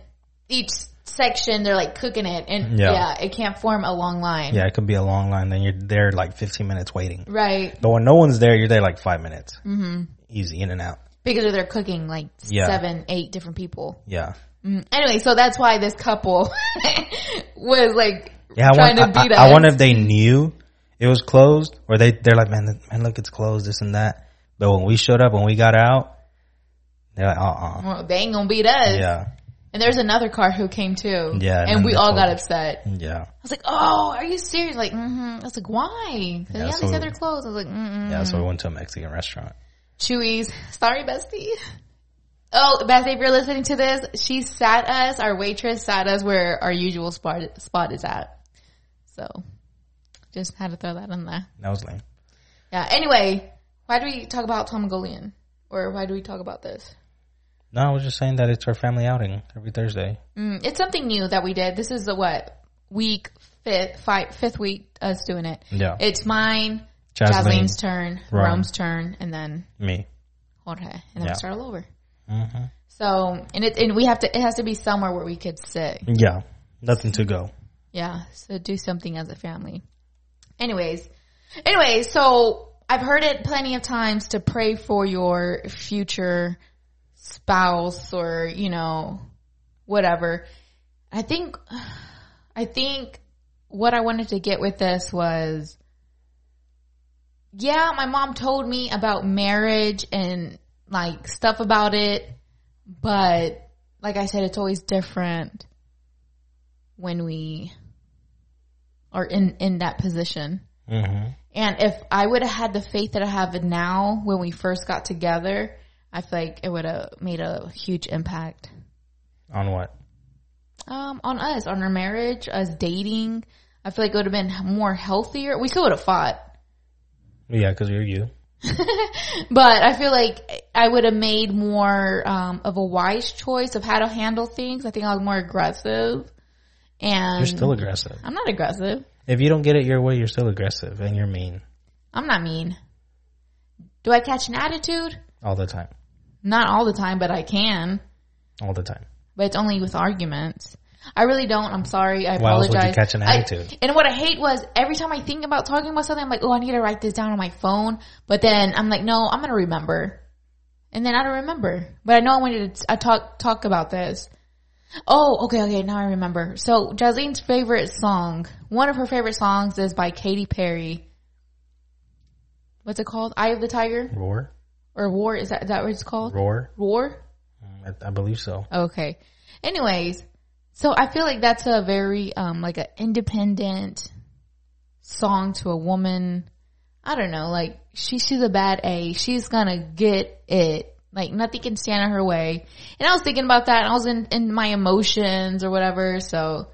Speaker 1: each section they're like cooking it and
Speaker 2: Yeah.
Speaker 1: yeah, it can't form a long line.
Speaker 2: Yeah, it could be a long line. Then you're there like 15 minutes waiting.
Speaker 1: Right.
Speaker 2: But when no one's there, you're there like five minutes. Mm-hmm. Easy, in and out.
Speaker 1: Because they're cooking like
Speaker 2: Yeah.
Speaker 1: seven, eight different people. Mm.
Speaker 2: Yeah.
Speaker 1: Anyway, so that's why this couple was like
Speaker 2: Yeah, I,
Speaker 1: trying
Speaker 2: want,
Speaker 1: to beat
Speaker 2: I,
Speaker 1: us.
Speaker 2: I, I wonder if they knew it was closed or they, they're like, man, th- man, look, it's closed, this and that. But when we showed up, when we got out, they're like, uh-uh.
Speaker 1: Well, they ain't gonna beat us.
Speaker 2: Yeah.
Speaker 1: And there's another car who came too.
Speaker 2: Yeah,
Speaker 1: And,
Speaker 2: and
Speaker 1: we
Speaker 2: then
Speaker 1: all
Speaker 2: the
Speaker 1: got
Speaker 2: whole-
Speaker 1: upset. I
Speaker 2: Yeah.
Speaker 1: was like, oh, are you serious? Like, mm-hmm. I was like, why? 'Cause
Speaker 2: Yeah,
Speaker 1: yeah,
Speaker 2: so-
Speaker 1: these other clothes. I was like, mm-mm.
Speaker 2: Yeah, so we went to a Mexican restaurant.
Speaker 1: Chewy's. Sorry, bestie. Oh, bestie, if you're listening to this, she sat us, our waitress sat us where our usual spot, spot is at. So, just had to throw that in there.
Speaker 2: That was lame.
Speaker 1: Yeah, anyway, why do we talk about Tom Golian? Or why do we talk about this?
Speaker 2: No, I was just saying that it's our family outing every Thursday.
Speaker 1: Mm, it's something new that we did. This is the what week fifth fi fifth week us doing it.
Speaker 2: Yeah.
Speaker 1: It's mine,
Speaker 2: Jasmine,
Speaker 1: Jasleen's turn,
Speaker 2: Rome.
Speaker 1: Rome's turn, and then
Speaker 2: me.
Speaker 1: Jorge, and then
Speaker 2: Yeah.
Speaker 1: we start all over. So and it and we have to it has to be somewhere where we could sit.
Speaker 2: Yeah. Nothing to go.
Speaker 1: Yeah, so do something as a family. Anyways, anyways, so I've heard it plenty of times to pray for your future spouse or, you know, whatever. I think, I think what I wanted to get with this was, yeah, my mom told me about marriage and like stuff about it, but like I said, it's always different when we are in in that position.
Speaker 2: hmm
Speaker 1: And if I would have had the faith that I have now when we first got together, I feel like it would have made a huge impact
Speaker 2: On what?
Speaker 1: um, on us, on our marriage, us dating. I feel like it would have been more healthier. We still would have fought.
Speaker 2: Yeah, because you're you.
Speaker 1: but I feel like I would have made more um, of a wise choice of how to handle things. I think I was more aggressive. And
Speaker 2: You're still aggressive.
Speaker 1: I'm not aggressive.
Speaker 2: If you don't get it your way, you're still aggressive and you're mean
Speaker 1: I'm not mean. Do I catch an attitude?
Speaker 2: all the time.
Speaker 1: Not all the time, but I can.
Speaker 2: All the time.
Speaker 1: But it's only with arguments. I really don't. I'm sorry. I
Speaker 2: Why else would you
Speaker 1: apologize.
Speaker 2: catch an
Speaker 1: I-
Speaker 2: attitude?
Speaker 1: and what I hate was every time I think about talking about something, I'm like, oh, I need to write this down on my phone. But then I'm like, no, I'm gonna remember. And then I don't remember. But I know I wanted to I talk talk about this. Oh, okay, okay. Now I remember. So Jazleen's favorite song, one of her favorite songs, is by Katy Perry. What's it called? Eye of the Tiger
Speaker 2: Roar?
Speaker 1: or War? Is that is that what it's called?
Speaker 2: Roar?
Speaker 1: War?
Speaker 2: I, I believe so.
Speaker 1: Okay. Anyways, so I feel like that's a very um like an independent song to a woman. I don't know, like she she's a bad A. She's gonna get it. Like nothing can stand in her way. And I was thinking about that and I was in, in my emotions or whatever, so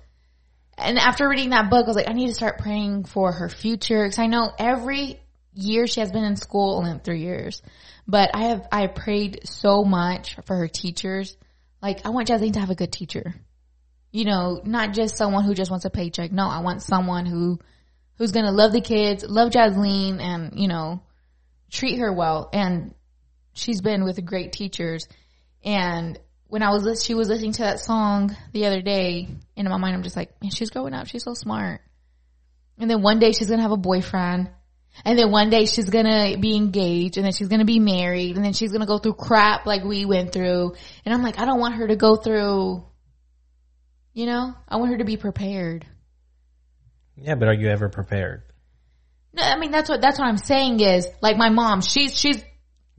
Speaker 1: and after reading that book, I was like, I need to start praying for her future because I know every year she has been in school only three years, but I have I prayed so much for her teachers. Like I want Jasmine to have a good teacher, you know, not just someone who just wants a paycheck. No, I want someone who who's gonna love the kids, love Jasmine, and you know, treat her well. And she's been with great teachers. And when I was lis- she was listening to that song the other day, and in my mind I'm just like, man, she's growing up. She's so smart. And then one day she's gonna have a boyfriend. And then one day she's gonna be engaged and then she's gonna be married and then she's gonna go through crap like we went through. And I'm like, I don't want her to go through, you know, I want her to be prepared.
Speaker 2: Yeah, but are you ever prepared?
Speaker 1: No, I mean that's what that's what I'm saying is like my mom. She's she's.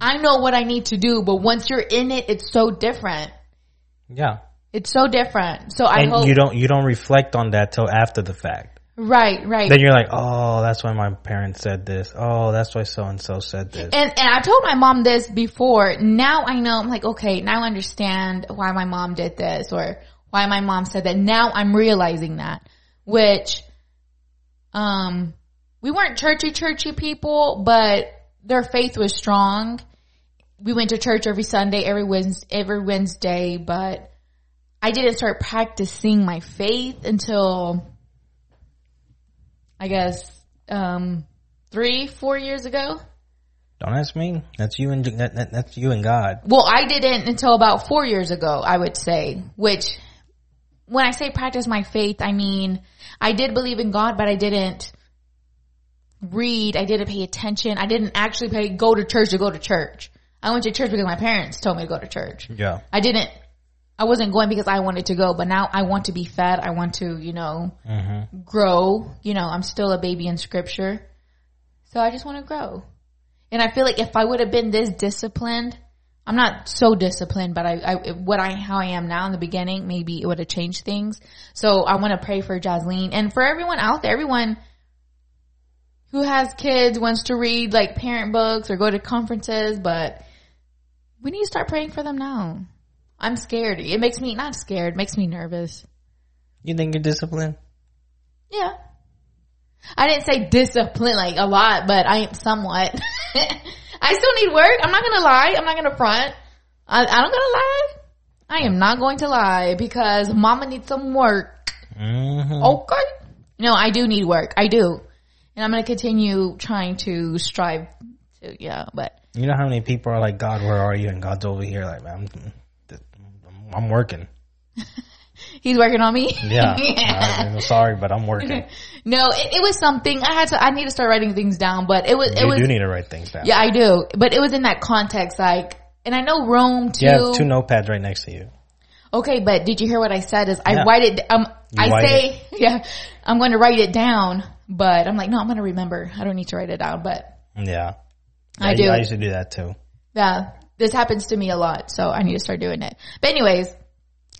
Speaker 1: I know what I need to do, but once you're in it, it's so different.
Speaker 2: Yeah.
Speaker 1: It's so different. So I
Speaker 2: and
Speaker 1: hope
Speaker 2: you don't you don't reflect on that till after the fact.
Speaker 1: right, right.
Speaker 2: Then you're like, oh, that's why my parents said this. Oh, that's why so and so said this.
Speaker 1: And and I told my mom this before. Now I know. I'm like, okay, now I understand why my mom did this or why my mom said that. Now I'm realizing that, which, um, we weren't churchy churchy people, but their faith was strong. We went to church every Sunday, every Wednesday, every Wednesday, but I didn't start practicing my faith until I guess um three, four years ago.
Speaker 2: Don't ask me. That's you and that, that, that's you and God.
Speaker 1: Well, I didn't until about four years ago, I would say, which when I say practice my faith, I mean, I did believe in God, but I didn't read. I didn't pay attention. I didn't actually pay, go to church to go to church. I went to church because my parents told me to go to church.
Speaker 2: Yeah.
Speaker 1: I didn't, I wasn't going because I wanted to go, but now I want to be fed. I want to, you know,
Speaker 2: hmm
Speaker 1: grow. You know, I'm still a baby in scripture. So I just want to grow. And I feel like if I would have been this disciplined, I'm not so disciplined, but I, I what I how I am now in the beginning, maybe it would have changed things. So I want to pray for Jasleen and for everyone out there, everyone who has kids wants to read like parent books or go to conferences, but we need to start praying for them now. I'm scared. It makes me not scared, it makes me nervous.
Speaker 2: You think you're disciplined?
Speaker 1: Yeah. I didn't say discipline like a lot, but I am somewhat. I still need work. I'm not gonna lie. I'm not gonna front. I, I don't gonna lie. I am not going to lie because mama needs some work.
Speaker 2: hmm
Speaker 1: Okay. No, I do need work. I do. And I'm gonna continue trying to strive to, yeah, but
Speaker 2: You know how many people are like, God, where are you? And God's over here, like, I'm, I'm working.
Speaker 1: he's working on me.
Speaker 2: Yeah. I'm sorry, but I'm working.
Speaker 1: No, it, it was something I had to, I need to start writing things down, but it was, it
Speaker 2: you
Speaker 1: was,
Speaker 2: do need to write things down.
Speaker 1: yeah, I do, but it was in that context, like, and I know Rome too.
Speaker 2: You have two notepads right next to you.
Speaker 1: Okay, but did you hear what I said? Is I
Speaker 2: Yeah.
Speaker 1: write it? Um,
Speaker 2: You
Speaker 1: I
Speaker 2: write
Speaker 1: say, yeah, I'm going to write it down, but I'm like, no, I'm going to remember. I don't need to write it down, but
Speaker 2: Yeah.
Speaker 1: I
Speaker 2: Yeah,
Speaker 1: do.
Speaker 2: I used to do that too.
Speaker 1: yeah, this happens to me a lot, so I need to start doing it. But anyways,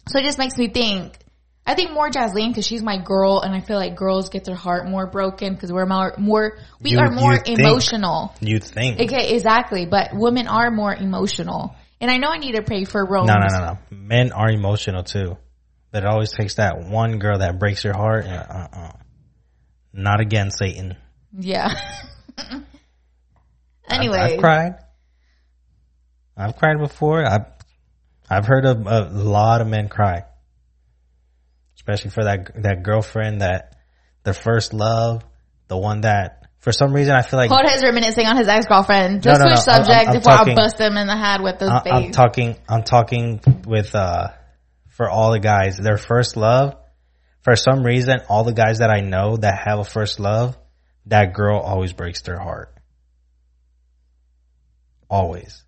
Speaker 1: so it just makes me think. I think more Jasleen because she's my girl, and I feel like girls get their heart more broken because we're more, more we
Speaker 2: You-
Speaker 1: are more
Speaker 2: you think.
Speaker 1: emotional.
Speaker 2: You think.
Speaker 1: Okay, exactly. But women are more emotional, and I know I need to pray for Rome.
Speaker 2: No, no, no, no. Men are emotional too. But it always takes that one girl that breaks your heart. And, uh, uh, not again, Satan.
Speaker 1: Yeah. Anyway,
Speaker 2: I've cried. I've cried before. I've I've heard of a lot of men cry, especially for that that girlfriend that their first love, the one that for some reason I feel like
Speaker 1: Coda is reminiscing on his ex girlfriend.
Speaker 2: No,
Speaker 1: Just
Speaker 2: no,
Speaker 1: switch
Speaker 2: no, I'm- I'm-
Speaker 1: subject
Speaker 2: I'm
Speaker 1: before
Speaker 2: talking-
Speaker 1: I bust him in the head with this
Speaker 2: I,
Speaker 1: face.
Speaker 2: Uh, I'm talking I'm talking with uh for all the guys their first love. For some reason, all the guys that I know that have a first love, that girl always breaks their heart. Always.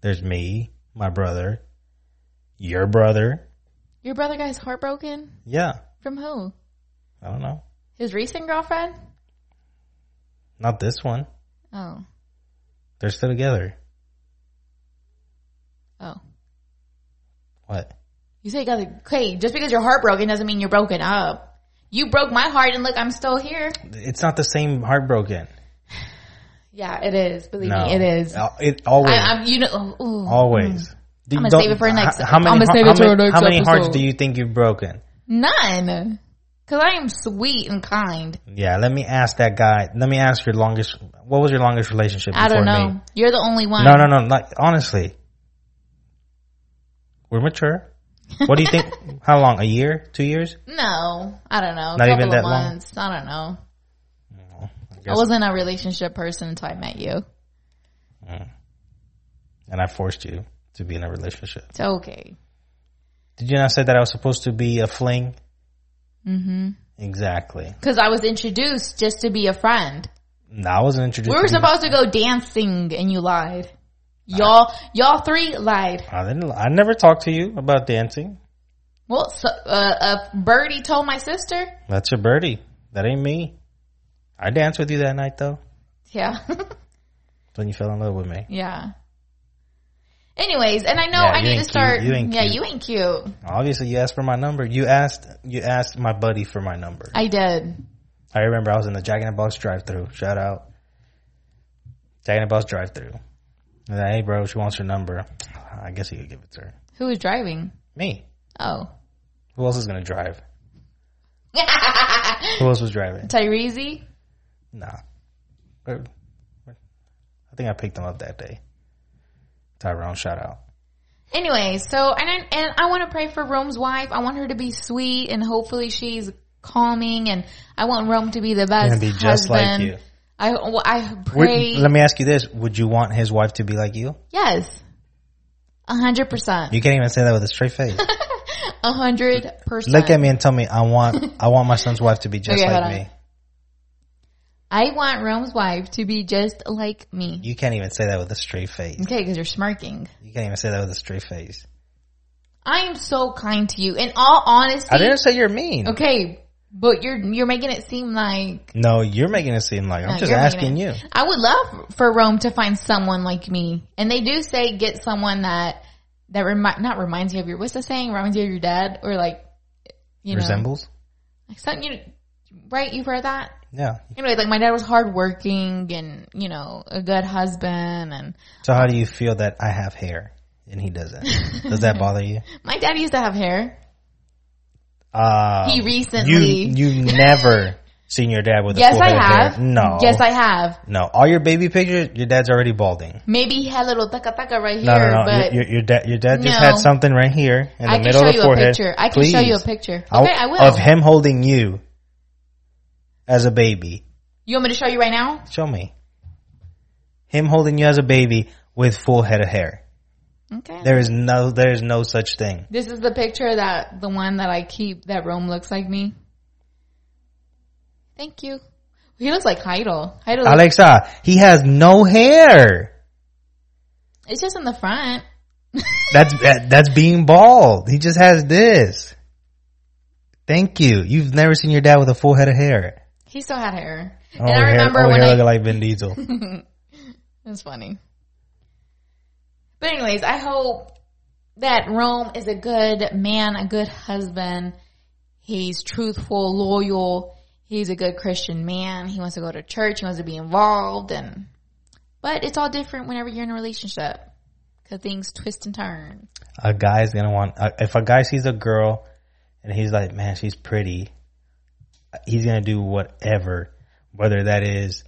Speaker 2: There's me, my brother, your brother.
Speaker 1: Your brother guy's heartbroken
Speaker 2: Yeah,
Speaker 1: from who?
Speaker 2: I don't know.
Speaker 1: His recent girlfriend?
Speaker 2: Not this one.
Speaker 1: Oh,
Speaker 2: They're still together.
Speaker 1: oh.
Speaker 2: What?
Speaker 1: You say, guys, okay, just because you're heartbroken doesn't mean you're broken up. You broke my heart, and look, I'm still here.
Speaker 2: It's not the same heartbroken.
Speaker 1: Yeah, it is. Believe
Speaker 2: No,
Speaker 1: me, it is.
Speaker 2: Al- It always.
Speaker 1: I, I'm, you know, ooh.
Speaker 2: Always. Do-
Speaker 1: I'm gonna
Speaker 2: don't-
Speaker 1: Mm. save it for next-
Speaker 2: h- How many,
Speaker 1: I'm gonna
Speaker 2: har-
Speaker 1: save
Speaker 2: how
Speaker 1: it for
Speaker 2: many-
Speaker 1: next
Speaker 2: how many hearts
Speaker 1: episode.
Speaker 2: do you think you've broken?
Speaker 1: none, because I am sweet and kind.
Speaker 2: Yeah, let me ask that guy. Let me ask your longest. What was your longest relationship?
Speaker 1: I don't
Speaker 2: before
Speaker 1: know.
Speaker 2: Me?
Speaker 1: You're the only one.
Speaker 2: No, no, no. Like honestly, we're mature. What do you think? how long? A year? Two years?
Speaker 1: No, I don't know. A
Speaker 2: Not
Speaker 1: couple
Speaker 2: even
Speaker 1: of
Speaker 2: that long?
Speaker 1: months. I don't know. I
Speaker 2: guess-
Speaker 1: wasn't a relationship person until I met you.
Speaker 2: And I forced you to be in a relationship.
Speaker 1: It's okay.
Speaker 2: Did you not say that I was supposed to be a fling?
Speaker 1: Mm-hmm.
Speaker 2: Exactly.
Speaker 1: Because I was introduced just to be a friend.
Speaker 2: No, I wasn't introduced.
Speaker 1: We
Speaker 2: to
Speaker 1: were
Speaker 2: be-
Speaker 1: supposed to go dancing, and you lied. Y'all, y'all three lied.
Speaker 2: I didn't. I never talked to you about dancing.
Speaker 1: Well, so, uh, a birdie told my sister.
Speaker 2: That's your birdie. That ain't me. I danced with you that night though.
Speaker 1: Yeah,
Speaker 2: When you fell in love with me.
Speaker 1: yeah. Anyways, and I know
Speaker 2: Yeah,
Speaker 1: I
Speaker 2: you
Speaker 1: need
Speaker 2: ain't
Speaker 1: to
Speaker 2: cute.
Speaker 1: start.
Speaker 2: You ain't
Speaker 1: yeah,
Speaker 2: cute.
Speaker 1: you ain't cute.
Speaker 2: Obviously, you asked for my number. You asked, you asked my buddy for my number.
Speaker 1: I did.
Speaker 2: I remember I was in the Jack in the Box drive-through. Shout out, Jack in the Box drive-through. And then, hey, bro, she wants your number. I guess you could give it to her.
Speaker 1: Who was driving?
Speaker 2: Me.
Speaker 1: Oh,
Speaker 2: Who else is gonna drive? Who else was driving?
Speaker 1: Tyrese.
Speaker 2: Nah. Where- where- I think I picked him up that day. Tyrone, shout out.
Speaker 1: Anyway, so and I, and I want to pray for Rome's wife. I want her to be sweet and hopefully she's calming. And I want Rome to be the best
Speaker 2: And be
Speaker 1: husband.
Speaker 2: just like you.
Speaker 1: I well, I
Speaker 2: Would-
Speaker 1: pray.
Speaker 2: let me ask you this: Would you want his wife to be like you?
Speaker 1: yes, a hundred percent,
Speaker 2: You can't even say that with a straight face.
Speaker 1: a hundred percent.
Speaker 2: Look at me and tell me I want I want my son's wife to be just
Speaker 1: Okay, hold
Speaker 2: like
Speaker 1: on.
Speaker 2: me.
Speaker 1: I want Rome's wife to be just like me.
Speaker 2: You can't even say that with a straight face.
Speaker 1: Okay, because you're smirking.
Speaker 2: You can't even say that with a straight face.
Speaker 1: I am so kind to you. In all honesty,
Speaker 2: I didn't say you're mean.
Speaker 1: okay, but you're you're making it seem like
Speaker 2: No, you're making it seem like I'm
Speaker 1: No,
Speaker 2: just
Speaker 1: you're making
Speaker 2: asking
Speaker 1: it-
Speaker 2: you.
Speaker 1: I would love for Rome to find someone like me, and they do say get someone that that remind not reminds you of your what's the saying reminds you of your dad or like you know
Speaker 2: Resembles?
Speaker 1: like something you right you've heard that
Speaker 2: Yeah.
Speaker 1: anyway like my dad was hardworking and you know a good husband and
Speaker 2: So how do you feel that I have hair and he doesn't? Does that bother you?
Speaker 1: my dad used to have hair.
Speaker 2: Uh,
Speaker 1: He recently-
Speaker 2: You you never seen your dad with a
Speaker 1: Yes,
Speaker 2: full
Speaker 1: I
Speaker 2: head of
Speaker 1: have.
Speaker 2: hair. No.
Speaker 1: Yes, I have.
Speaker 2: No. All your baby pictures, your dad's already balding.
Speaker 1: Maybe he had a little taka taka right here,
Speaker 2: No, no, no.
Speaker 1: but
Speaker 2: your, your, your dad, your dad just
Speaker 1: No.
Speaker 2: had something right here in the
Speaker 1: I can
Speaker 2: middle
Speaker 1: show
Speaker 2: of the
Speaker 1: you a
Speaker 2: forehead.
Speaker 1: picture. I can show you a
Speaker 2: Please.
Speaker 1: picture. Okay,
Speaker 2: I-
Speaker 1: I will.
Speaker 2: Of him holding you as a baby.
Speaker 1: you want me to show you right now?
Speaker 2: Show me. Him holding you as a baby with full head of hair.
Speaker 1: Okay.
Speaker 2: There is no there is no such thing.
Speaker 1: This is the picture that the one that I keep that Rome looks like me. Thank you. He looks like Heidel. Heidel. looks-
Speaker 2: Alexa, he has no hair.
Speaker 1: it's just in the front.
Speaker 2: That's that, that's being bald. He just has this. Thank you. You've never seen your dad with a full head of hair.
Speaker 1: He still had hair.
Speaker 2: Oh,
Speaker 1: and I
Speaker 2: hair,
Speaker 1: remember
Speaker 2: oh,
Speaker 1: when
Speaker 2: hair
Speaker 1: I
Speaker 2: looking like Vin Diesel.
Speaker 1: It's funny. But anyways, I hope that Rome is a good man, a good husband. He's truthful, loyal. He's a good Christian man. He wants to go to church. He wants to be involved and, but it's all different whenever you're in a relationship because things twist and turn.
Speaker 2: a guy's gonna want uh, if a guy sees a girl and he's like, man, she's pretty. He's gonna do whatever, whether that is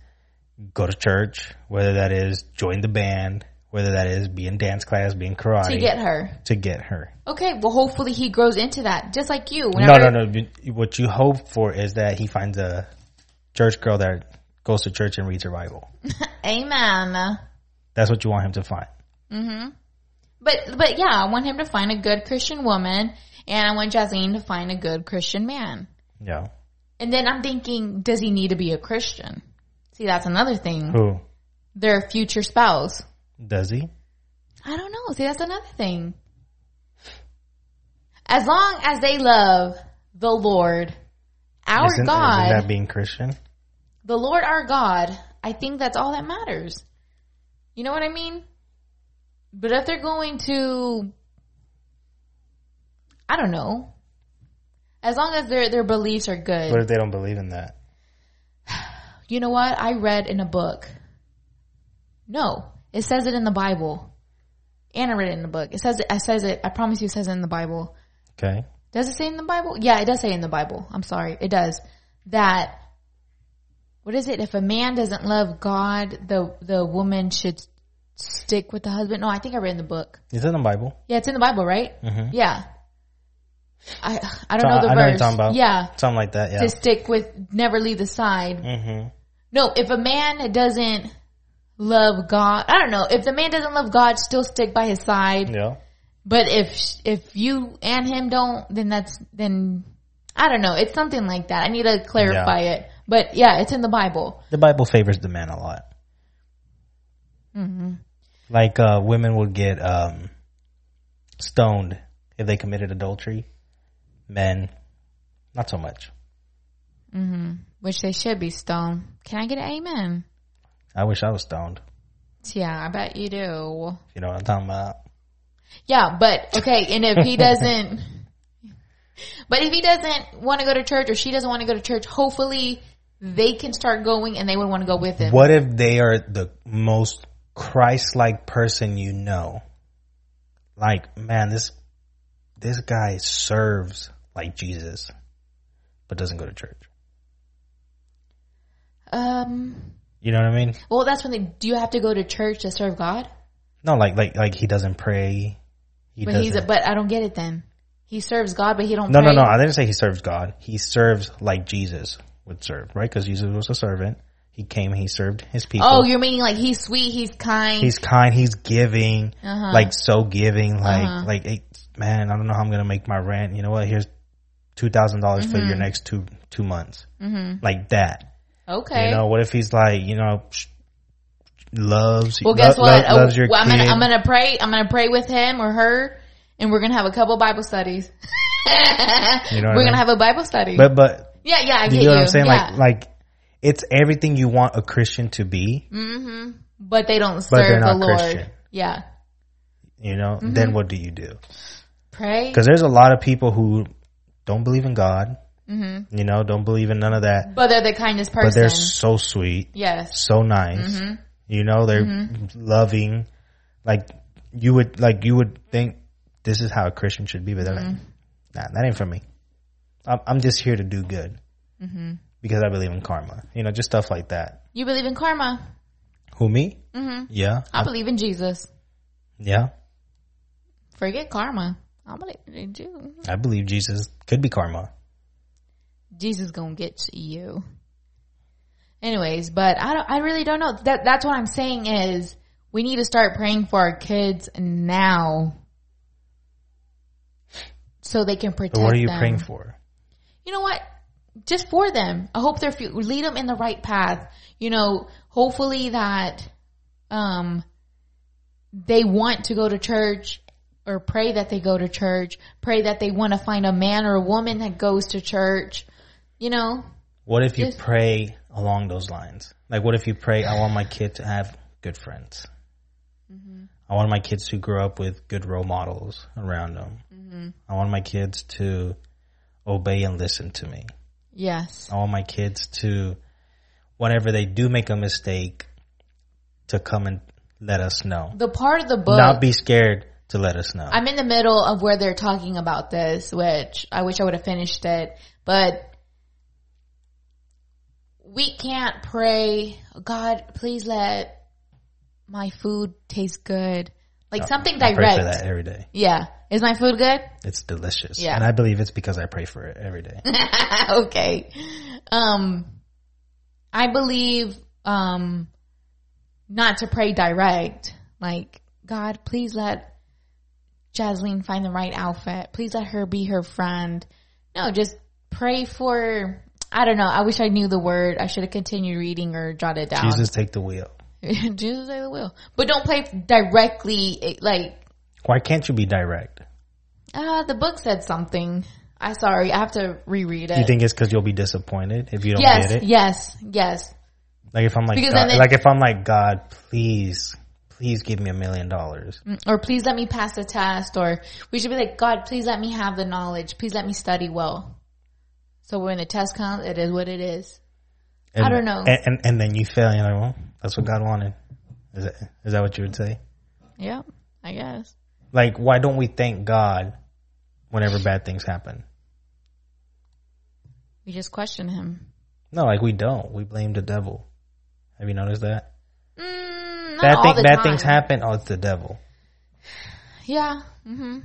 Speaker 2: go to church, whether that is join the band, whether that is be in dance class, be in karate,
Speaker 1: to get her.
Speaker 2: to get her.
Speaker 1: Okay, well, hopefully he grows into that, just like you.
Speaker 2: No, no, no. You- What you hope for is that he finds a church girl that goes to church and reads her Bible.
Speaker 1: Amen.
Speaker 2: That's what you want him to find.
Speaker 1: But but yeah, I want him to find a good Christian woman, and I want Jasmine to find a good Christian man.
Speaker 2: Yeah.
Speaker 1: And then I'm thinking, does he need to be a Christian? See, that's another thing.
Speaker 2: Who
Speaker 1: Their future spouse.
Speaker 2: does he?
Speaker 1: I don't know. See, that's another thing. As long as they love the Lord, our
Speaker 2: isn't,
Speaker 1: God,
Speaker 2: isn't that being Christian?
Speaker 1: the Lord our God, I think that's all that matters. You know what I mean? But if they're going to, I don't know. As long as their their beliefs are good,
Speaker 2: What if they don't believe in that?
Speaker 1: you know what? I read in a book. No, it says it in the Bible. And I read it in a book. It says it. I says it. I promise you, it says it in the Bible.
Speaker 2: Okay.
Speaker 1: Does it say in the Bible? Yeah, it does say in the Bible. I'm sorry. It does. That what is it? If a man doesn't love God, the the woman should stick with the husband. No, I think I read in the book.
Speaker 2: Is it in the Bible?
Speaker 1: Yeah, it's in the Bible, right?
Speaker 2: Mhm.
Speaker 1: Yeah. I I don't
Speaker 2: So,
Speaker 1: know the
Speaker 2: I know what
Speaker 1: verse.
Speaker 2: you're talking about.
Speaker 1: Yeah.
Speaker 2: Something like that. Yeah.
Speaker 1: To stick with never leave the side.
Speaker 2: hmm
Speaker 1: No, if a man doesn't love God, I don't know. If the man doesn't love God, still stick by his side.
Speaker 2: Yeah.
Speaker 1: But if if you and him don't, then that's then I don't know. It's something like that. I need to clarify it. But yeah, it's in the Bible.
Speaker 2: The Bible favors the man a lot. Mm-hmm. Like uh, women would get um, stoned if they committed adultery. Men, not so much.
Speaker 1: Which they should be stoned. Can I get an amen?
Speaker 2: I wish I was stoned.
Speaker 1: Yeah, I bet you do.
Speaker 2: You know what I'm talking about?
Speaker 1: Yeah, but okay, and if he doesn't But if he doesn't want to go to church or she doesn't want to go to church, hopefully they can start going and they would want to go with him.
Speaker 2: What if they are the most Christ-like person you know? Like, man, this this guy serves like Jesus, but doesn't go to church.
Speaker 1: Um
Speaker 2: You know what I mean?
Speaker 1: well that's when they do you have to go to church to serve God?
Speaker 2: No, like like like he doesn't pray. He
Speaker 1: But
Speaker 2: doesn't.
Speaker 1: he's a, but I don't get it then. He serves God but he don't
Speaker 2: no,
Speaker 1: pray.
Speaker 2: no, no. I didn't say he serves God. He serves like Jesus would serve, right? Because Jesus was a servant. He came. He served his people.
Speaker 1: Oh, you're meaning like he's sweet, he's kind.
Speaker 2: he's kind. He's giving.
Speaker 1: Uh-huh.
Speaker 2: Like so giving. Like
Speaker 1: Uh-huh.
Speaker 2: like hey, man. I don't know how I'm gonna make my rent. You know what? Here's two thousand dollars for
Speaker 1: Mm-hmm.
Speaker 2: your next two two months. Mm-hmm. Like that.
Speaker 1: okay.
Speaker 2: You know what if he's like you know sh- loves
Speaker 1: well,
Speaker 2: lo-
Speaker 1: guess
Speaker 2: lo-
Speaker 1: what? Oh,
Speaker 2: loves your
Speaker 1: well, I'm
Speaker 2: kid.
Speaker 1: gonna I'm gonna pray. I'm gonna pray with him or her, and we're gonna have a couple Bible studies.
Speaker 2: You know what I
Speaker 1: we're
Speaker 2: mean?
Speaker 1: gonna have a Bible study.
Speaker 2: but but
Speaker 1: yeah, yeah, I
Speaker 2: Do
Speaker 1: get
Speaker 2: you know what I'm saying?
Speaker 1: Yeah.
Speaker 2: Like, like it's everything you want a Christian to be.
Speaker 1: but they don't
Speaker 2: they're
Speaker 1: serve the
Speaker 2: not
Speaker 1: Lord.
Speaker 2: Christian.
Speaker 1: Yeah,
Speaker 2: You know,
Speaker 1: Mm-hmm.
Speaker 2: then what do you do?
Speaker 1: pray.
Speaker 2: Because there's a lot of people who don't believe in God. You know, don't believe in none of that,
Speaker 1: But they're the kindest
Speaker 2: but they're
Speaker 1: Mm-hmm. person. Mm-hmm.
Speaker 2: so sweet,
Speaker 1: yes.
Speaker 2: so nice. You know, they're
Speaker 1: Mm-hmm.
Speaker 2: loving. Like you would, like you would think this is how a Christian should be, but they're
Speaker 1: Mm-hmm.
Speaker 2: like, nah, that ain't for me. I'm, I'm just here to do good
Speaker 1: Mm-hmm.
Speaker 2: because I believe in karma. You know, just stuff like that.
Speaker 1: You believe in karma.
Speaker 2: Who me?
Speaker 1: Mm-hmm.
Speaker 2: Yeah,
Speaker 1: I believe in Jesus.
Speaker 2: yeah.
Speaker 1: Forget karma. I believe in you.
Speaker 2: I believe Jesus could be karma.
Speaker 1: Jesus gonna get to you. Anyways, but I don't. I really don't know. That that's what I'm saying is we need to start praying for our kids now, so they can protect.
Speaker 2: But what are you
Speaker 1: them.
Speaker 2: praying for?
Speaker 1: You know what? Just for them. I hope they're fu- lead them in the right path. You know, hopefully that um they want to go to church or pray that they go to church. Pray that they want to find a man or a woman that goes to church. You know,
Speaker 2: What if you
Speaker 1: Just-
Speaker 2: pray along those lines? Like, what if you pray, I want my kid to have good friends.
Speaker 1: Mm-hmm.
Speaker 2: I want my kids to grow up with good role models around them.
Speaker 1: Mm-hmm.
Speaker 2: I want my kids to obey and listen to me.
Speaker 1: Yes.
Speaker 2: I want my kids to, whenever they do make a mistake, to come and let us know.
Speaker 1: The part of the book
Speaker 2: Not be scared to let us know.
Speaker 1: I'm in the middle of where they're talking about this, which I wish I would have finished it, but we can't pray, God, please let my food taste good. Like something
Speaker 2: I pray for that
Speaker 1: direct.
Speaker 2: every day.
Speaker 1: Yeah. Is my food good?
Speaker 2: It's delicious.
Speaker 1: Yeah.
Speaker 2: And I believe it's because I pray for it every day.
Speaker 1: okay. Um, I believe, um, not to pray direct. Like, God, please let Jasmine find the right outfit. Please let her be her friend. No, just pray for, I don't know. I wish I knew the word. I should have continued reading or jotted it down.
Speaker 2: Jesus, take the wheel.
Speaker 1: Jesus, I will. But don't pray directly, eh, like,
Speaker 2: Why can't you be direct?
Speaker 1: ah, the book said something. I sorry, I have to reread it.
Speaker 2: You think it's because you'll be disappointed if you don't
Speaker 1: yes,
Speaker 2: get it?
Speaker 1: yes, yes.
Speaker 2: Like if I'm like,
Speaker 1: Because
Speaker 2: God,
Speaker 1: then it-
Speaker 2: like if I'm like, God, please, please give me a million dollars.
Speaker 1: or please let me pass the test or we should be like god please let me have the knowledge please let me study well so when the test comes it is what it is
Speaker 2: And-
Speaker 1: I don't know.
Speaker 2: And, and and then you fail, and you're like, well, that's what God wanted. Is that is that what you would say?
Speaker 1: yep i guess
Speaker 2: Like, why don't we thank God whenever bad things happen?
Speaker 1: we just question him
Speaker 2: No, like we don't. We blame the devil. Have you noticed that?
Speaker 1: mm, not
Speaker 2: Bad
Speaker 1: all
Speaker 2: thing,
Speaker 1: the
Speaker 2: bad
Speaker 1: time.
Speaker 2: things happen. Oh, it's the devil.
Speaker 1: yeah hmm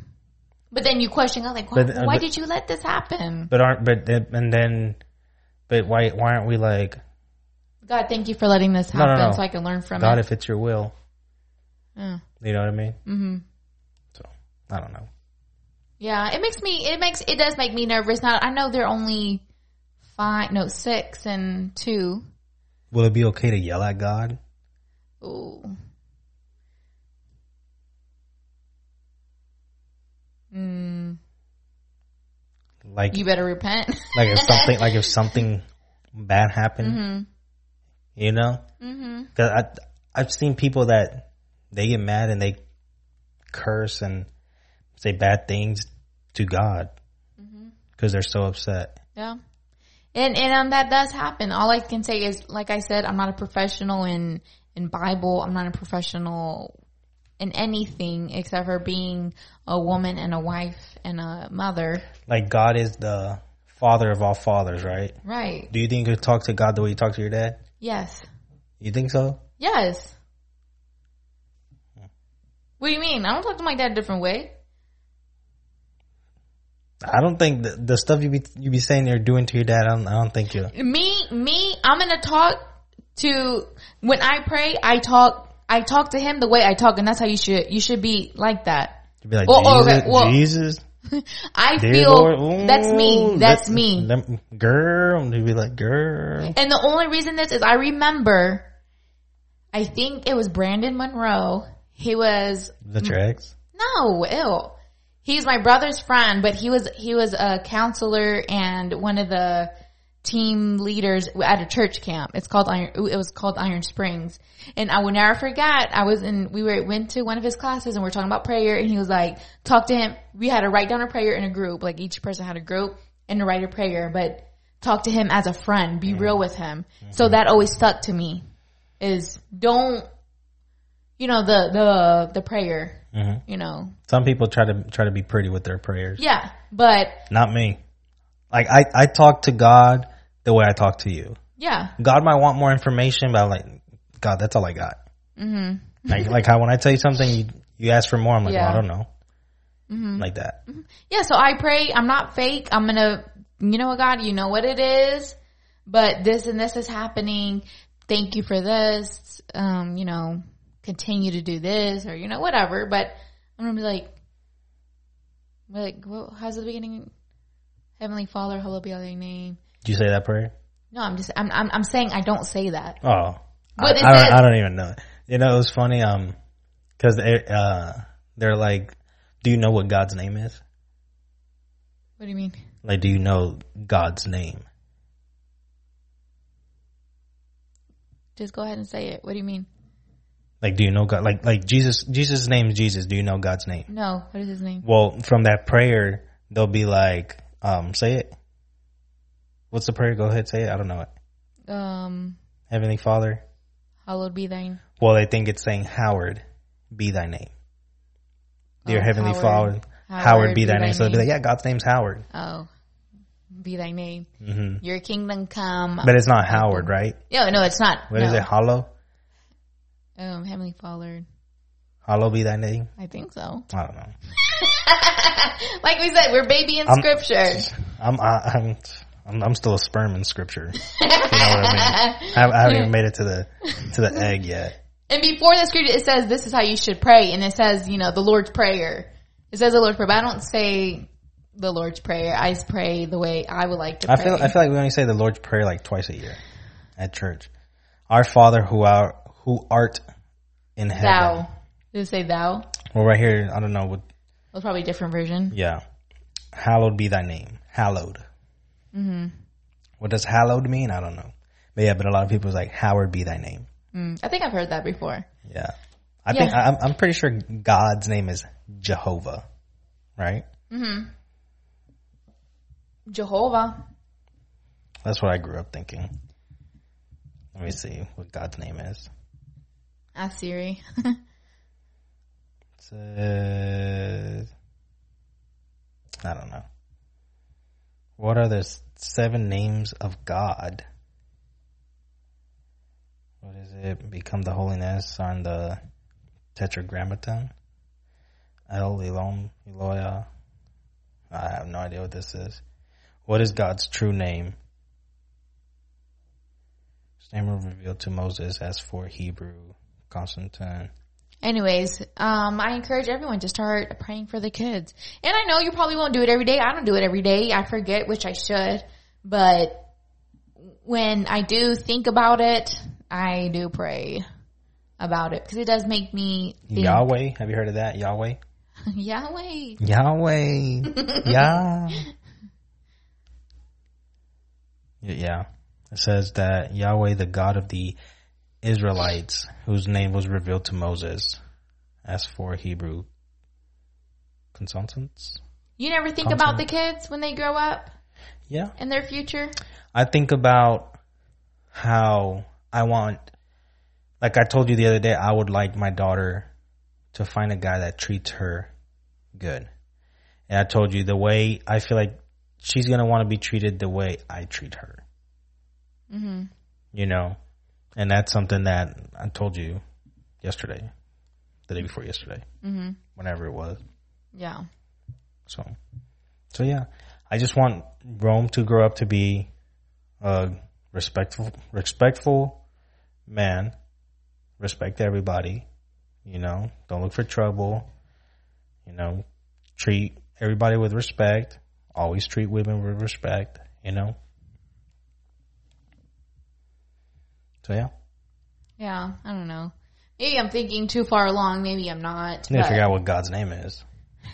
Speaker 1: but then you question god like why,
Speaker 2: But, uh,
Speaker 1: why
Speaker 2: but-
Speaker 1: did you let this happen
Speaker 2: But aren't but then- and then, but why why aren't we like
Speaker 1: god thank you for letting this
Speaker 2: No, no,
Speaker 1: happen
Speaker 2: no.
Speaker 1: so i can learn from
Speaker 2: God
Speaker 1: it Mm.
Speaker 2: if it's your will?
Speaker 1: yeah.
Speaker 2: You know what I mean?
Speaker 1: hmm
Speaker 2: So I don't know.
Speaker 1: yeah it makes me it makes it does make me nervous now i know they're only five no six and two
Speaker 2: Will it be okay to yell at God?
Speaker 1: Ooh. Mm,
Speaker 2: Like
Speaker 1: you better repent.
Speaker 2: like if something like if something bad happened,
Speaker 1: Mhm.
Speaker 2: you know?
Speaker 1: Mhm.
Speaker 2: Cause I I've seen people that they get mad and they curse and say bad things to God
Speaker 1: Mm-hmm.
Speaker 2: because they're so upset.
Speaker 1: Yeah. And and um that does happen. All I can say is like I said, I'm not a professional in in Bible. I'm not a professional in anything except for being a woman and a wife and a mother.
Speaker 2: Like God is the father of all fathers, right?
Speaker 1: Right.
Speaker 2: Do you think you talk to God the way you talk to your dad?
Speaker 1: Yes.
Speaker 2: You think so?
Speaker 1: Yes. What do you mean? I don't talk to my dad a different way.
Speaker 2: I don't think the, the stuff you be you be saying you're doing to your dad. I don't, I don't think you.
Speaker 1: me me i'm gonna talk to when i pray i talk i talk to him the way i talk and that's how you should you should be like that
Speaker 2: You be like
Speaker 1: Well, oh,
Speaker 2: Jesus,
Speaker 1: okay, well,
Speaker 2: Jesus,
Speaker 1: i
Speaker 2: dear
Speaker 1: feel
Speaker 2: Lord,
Speaker 1: that's me
Speaker 2: ooh,
Speaker 1: that's
Speaker 2: let-
Speaker 1: me
Speaker 2: let- girl. You be like girl.
Speaker 1: and the only reason this is i remember i think it was brandon monroe he was
Speaker 2: That's your ex.
Speaker 1: No, ew. He's my brother's friend, but he was he was a counselor and one of the team leaders at a church camp. It's called Iron. It was called Iron Springs, and I will never forget. I was in. We were went to one of his classes, and we are talking about prayer. And he was like, "Talk to him." We had to write down a prayer in a group. Like each person had a group and to write a prayer, but talk to him as a friend. Be real with him. So that always stuck to me. Is don't you know the the the prayer
Speaker 2: hmm
Speaker 1: you know.
Speaker 2: Some people try to try to be pretty with their prayers.
Speaker 1: Yeah, but
Speaker 2: Not me. Like I, I talk to God the way I talk to you.
Speaker 1: yeah,
Speaker 2: God might want more information, but I'm like, God, that's all I got. Mm-hmm. Like, like how when I tell you something, you, you ask for more. I'm like,
Speaker 1: Yeah. Mm-hmm.
Speaker 2: well, I don't know. Like that.
Speaker 1: yeah. So I pray. I'm not fake. I'm gonna, you know what, God, you know what it is, but this and this is happening. Thank you for this. Um, you know, continue to do this or you know whatever. But I'm gonna be like, like, well, how's the beginning? Heavenly Father, hallowed be thy name.
Speaker 2: Did you say that prayer?
Speaker 1: No, I'm just, I'm, I'm, I'm saying I don't say that.
Speaker 2: Oh,
Speaker 1: But
Speaker 2: I,
Speaker 1: it
Speaker 2: I
Speaker 1: says-
Speaker 2: don't, I don't even know. You know, it was funny. Um, cause they, uh, they're like, do you know what God's name is?
Speaker 1: What do you mean?
Speaker 2: Like, do you know God's name?
Speaker 1: Just go ahead and say it. What do you mean?
Speaker 2: Like, do you know God? Like, like Jesus, Jesus' name is Jesus. Do you know God's name?
Speaker 1: No. What is his name?
Speaker 2: Well, from that prayer, they'll be like, um, say it. What's the prayer? Go ahead, say it. I don't know it.
Speaker 1: Um,
Speaker 2: Heavenly Father.
Speaker 1: hallowed be thine.
Speaker 2: Well, they think it's saying Howard, be thy name. Dear
Speaker 1: Oh,
Speaker 2: Heavenly
Speaker 1: Howard.
Speaker 2: Father, Howard, be thy name. So they'll be like, yeah, God's name's Howard.
Speaker 1: Oh. be thy name. Your kingdom come.
Speaker 2: Mm-hmm. But it's not Howard, right?
Speaker 1: No, no, it's not.
Speaker 2: What is
Speaker 1: Oh. No.
Speaker 2: it? Hollow?
Speaker 1: Um, Heavenly Father.
Speaker 2: Hollow be thy name?
Speaker 1: I think so.
Speaker 2: I don't know.
Speaker 1: Like we said, we're baby in
Speaker 2: I'm-
Speaker 1: scripture.
Speaker 2: I'm I, I'm I'm I'm still a sperm in scripture. You know what I mean? I, haven't- I haven't even made it to the to the egg yet.
Speaker 1: And before the scripture, it says this is how you should pray, and it says you know the Lord's prayer. It says the Lord's prayer, but I don't say the Lord's prayer. I just pray the way I would like to
Speaker 2: I
Speaker 1: pray.
Speaker 2: feel I feel like we only say the Lord's prayer like twice a year at church. Our Father who are who art in heaven.
Speaker 1: thou. Did it say thou?
Speaker 2: Well, right here, I don't know what.
Speaker 1: That's probably a different version.
Speaker 2: Yeah, hallowed be thy name. Hallowed. Mm-hmm. What does hallowed mean? I don't know. But yeah, but a lot of people is like Howard be thy name.
Speaker 1: Mm,
Speaker 2: Mm-hmm.
Speaker 1: I think I've heard that before.
Speaker 2: Yeah, I think
Speaker 1: Yeah.
Speaker 2: I, I'm I'm pretty sure God's name is Jehovah, right?
Speaker 1: Jehovah.
Speaker 2: That's what I grew up thinking. Let me see what God's name is.
Speaker 1: Ask Siri.
Speaker 2: It says, uh, I don't know. What are the s- seven names of God? What is it? Become the holiness on the tetragrammaton. El Elom Eloya. I have no idea what this is. What is God's true name? His name was revealed to Moses as for Hebrew Constantine.
Speaker 1: Anyways, um, I encourage everyone to start praying for the kids. And I know you probably won't do it every day. I don't do it every day. I forget, which I should. But when I do think about it, I do pray about it because it does make me think.
Speaker 2: Yahweh. Have you heard of that? Yahweh.
Speaker 1: Yahweh.
Speaker 2: Yahweh. yeah. Yeah. It says that Yahweh, the God of the Israelites, whose name was revealed to Moses, as for Hebrew consultants.
Speaker 1: You never think about the kids when they grow up
Speaker 2: Yeah.
Speaker 1: and their future.
Speaker 2: I think about how I want, like I told you the other day, I would like my daughter to find a guy that treats her good. And I told you the way I feel like she's going to want to be treated the way I treat her. Mm-hmm. You know? And that's something that I told you yesterday, the day before yesterday, mm-hmm. whenever it was.
Speaker 1: Yeah.
Speaker 2: So, so yeah, I just want Rome to grow up to be a respectful, respectful man. Respect everybody. You know, don't look for trouble. You know, treat everybody with respect. Always treat women with respect. You know. So yeah,
Speaker 1: Yeah. I don't know. Maybe I'm thinking too far along. Maybe I'm not.
Speaker 2: I need to
Speaker 1: but
Speaker 2: figure out what God's name is.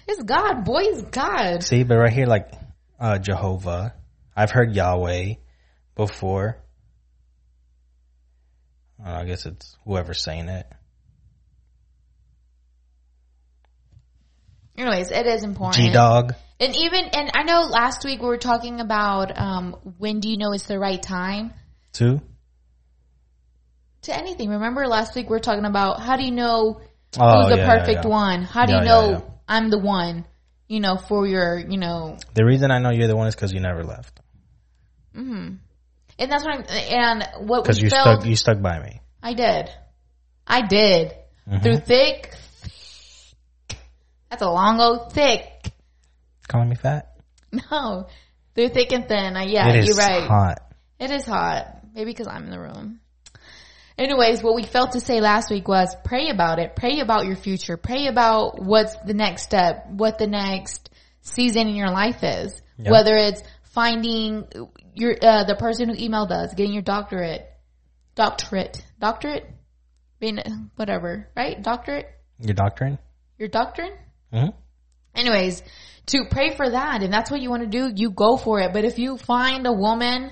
Speaker 1: It's God. Boy, it's God.
Speaker 2: See, but right here, like uh, Jehovah, I've heard Yahweh before. I, don't know, I guess it's whoever's saying it.
Speaker 1: Anyways, it is important.
Speaker 2: G Dog.
Speaker 1: And even and I know last week we were talking about um, when do you know it's the right time
Speaker 2: Two.
Speaker 1: to anything. Remember last week we were talking about how do you know
Speaker 2: Oh,
Speaker 1: who's the
Speaker 2: yeah, yeah,
Speaker 1: perfect
Speaker 2: yeah.
Speaker 1: one? How do
Speaker 2: Yeah,
Speaker 1: you
Speaker 2: yeah,
Speaker 1: know
Speaker 2: yeah.
Speaker 1: I'm the one? You know, for your you know,
Speaker 2: The reason I know you're the one is because you never left.
Speaker 1: and that's what I'm. And what
Speaker 2: Because
Speaker 1: we
Speaker 2: you
Speaker 1: felt,
Speaker 2: stuck. You stuck by me.
Speaker 1: I did, I did
Speaker 2: Mm-hmm.
Speaker 1: through thick. That's a long old thick.
Speaker 2: Calling me fat.
Speaker 1: No, through thick and thin. I, yeah,
Speaker 2: It is
Speaker 1: you're right.
Speaker 2: hot.
Speaker 1: It is hot. Maybe because I'm in the room. Anyways, what we failed to say last week was pray about it. Pray about your future. Pray about what's the next step, what the next season in your life is.
Speaker 2: Yeah.
Speaker 1: Whether it's finding your uh, the person who emailed us, getting your doctorate, doctorate, doctorate, being whatever, right? Doctorate,
Speaker 2: Your doctrine.
Speaker 1: your doctrine.
Speaker 2: Mhm.
Speaker 1: Anyways, to pray for that, and that's what you want to do, you go for it. But if you find a woman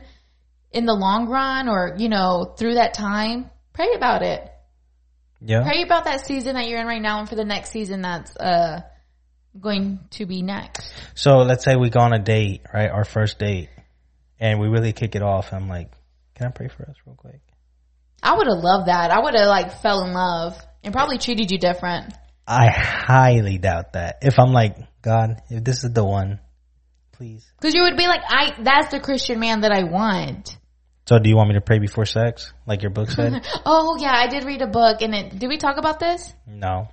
Speaker 1: in the long run or, you know, through that time, pray about it.
Speaker 2: Yeah.
Speaker 1: Pray about that season that you're in right now and for the next season that's, uh, going to be next.
Speaker 2: So let's say we go on a date, right? Our first date, and we really kick it off. I'm like, can I pray for us real quick?
Speaker 1: I would have loved that. I would have like fell in love and probably treated you different.
Speaker 2: I highly doubt that. If I'm like, God, if this is the one, please.
Speaker 1: Because you would be like, I that's the Christian man that I want.
Speaker 2: So, do you want me to pray before sex, like your book said?
Speaker 1: Oh yeah, I did read a book and it did we talk about this?
Speaker 2: no.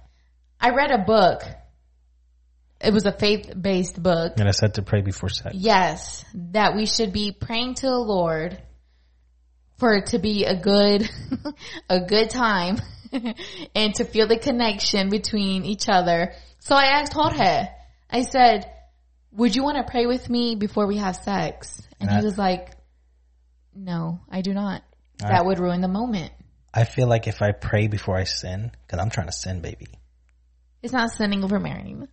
Speaker 1: I read a book. It was a faith based book.
Speaker 2: And I said to pray before sex.
Speaker 1: Yes, that we should be praying to the Lord for it to be a good a good time and to feel the connection between each other. So I asked Jorge, I said, Would you want to pray with me before we have sex? And
Speaker 2: That-
Speaker 1: he was like, No, I do not. That would ruin the moment.
Speaker 2: I feel like if I pray before I sin, because I'm trying to sin, baby.
Speaker 1: It's not sinning over marrying.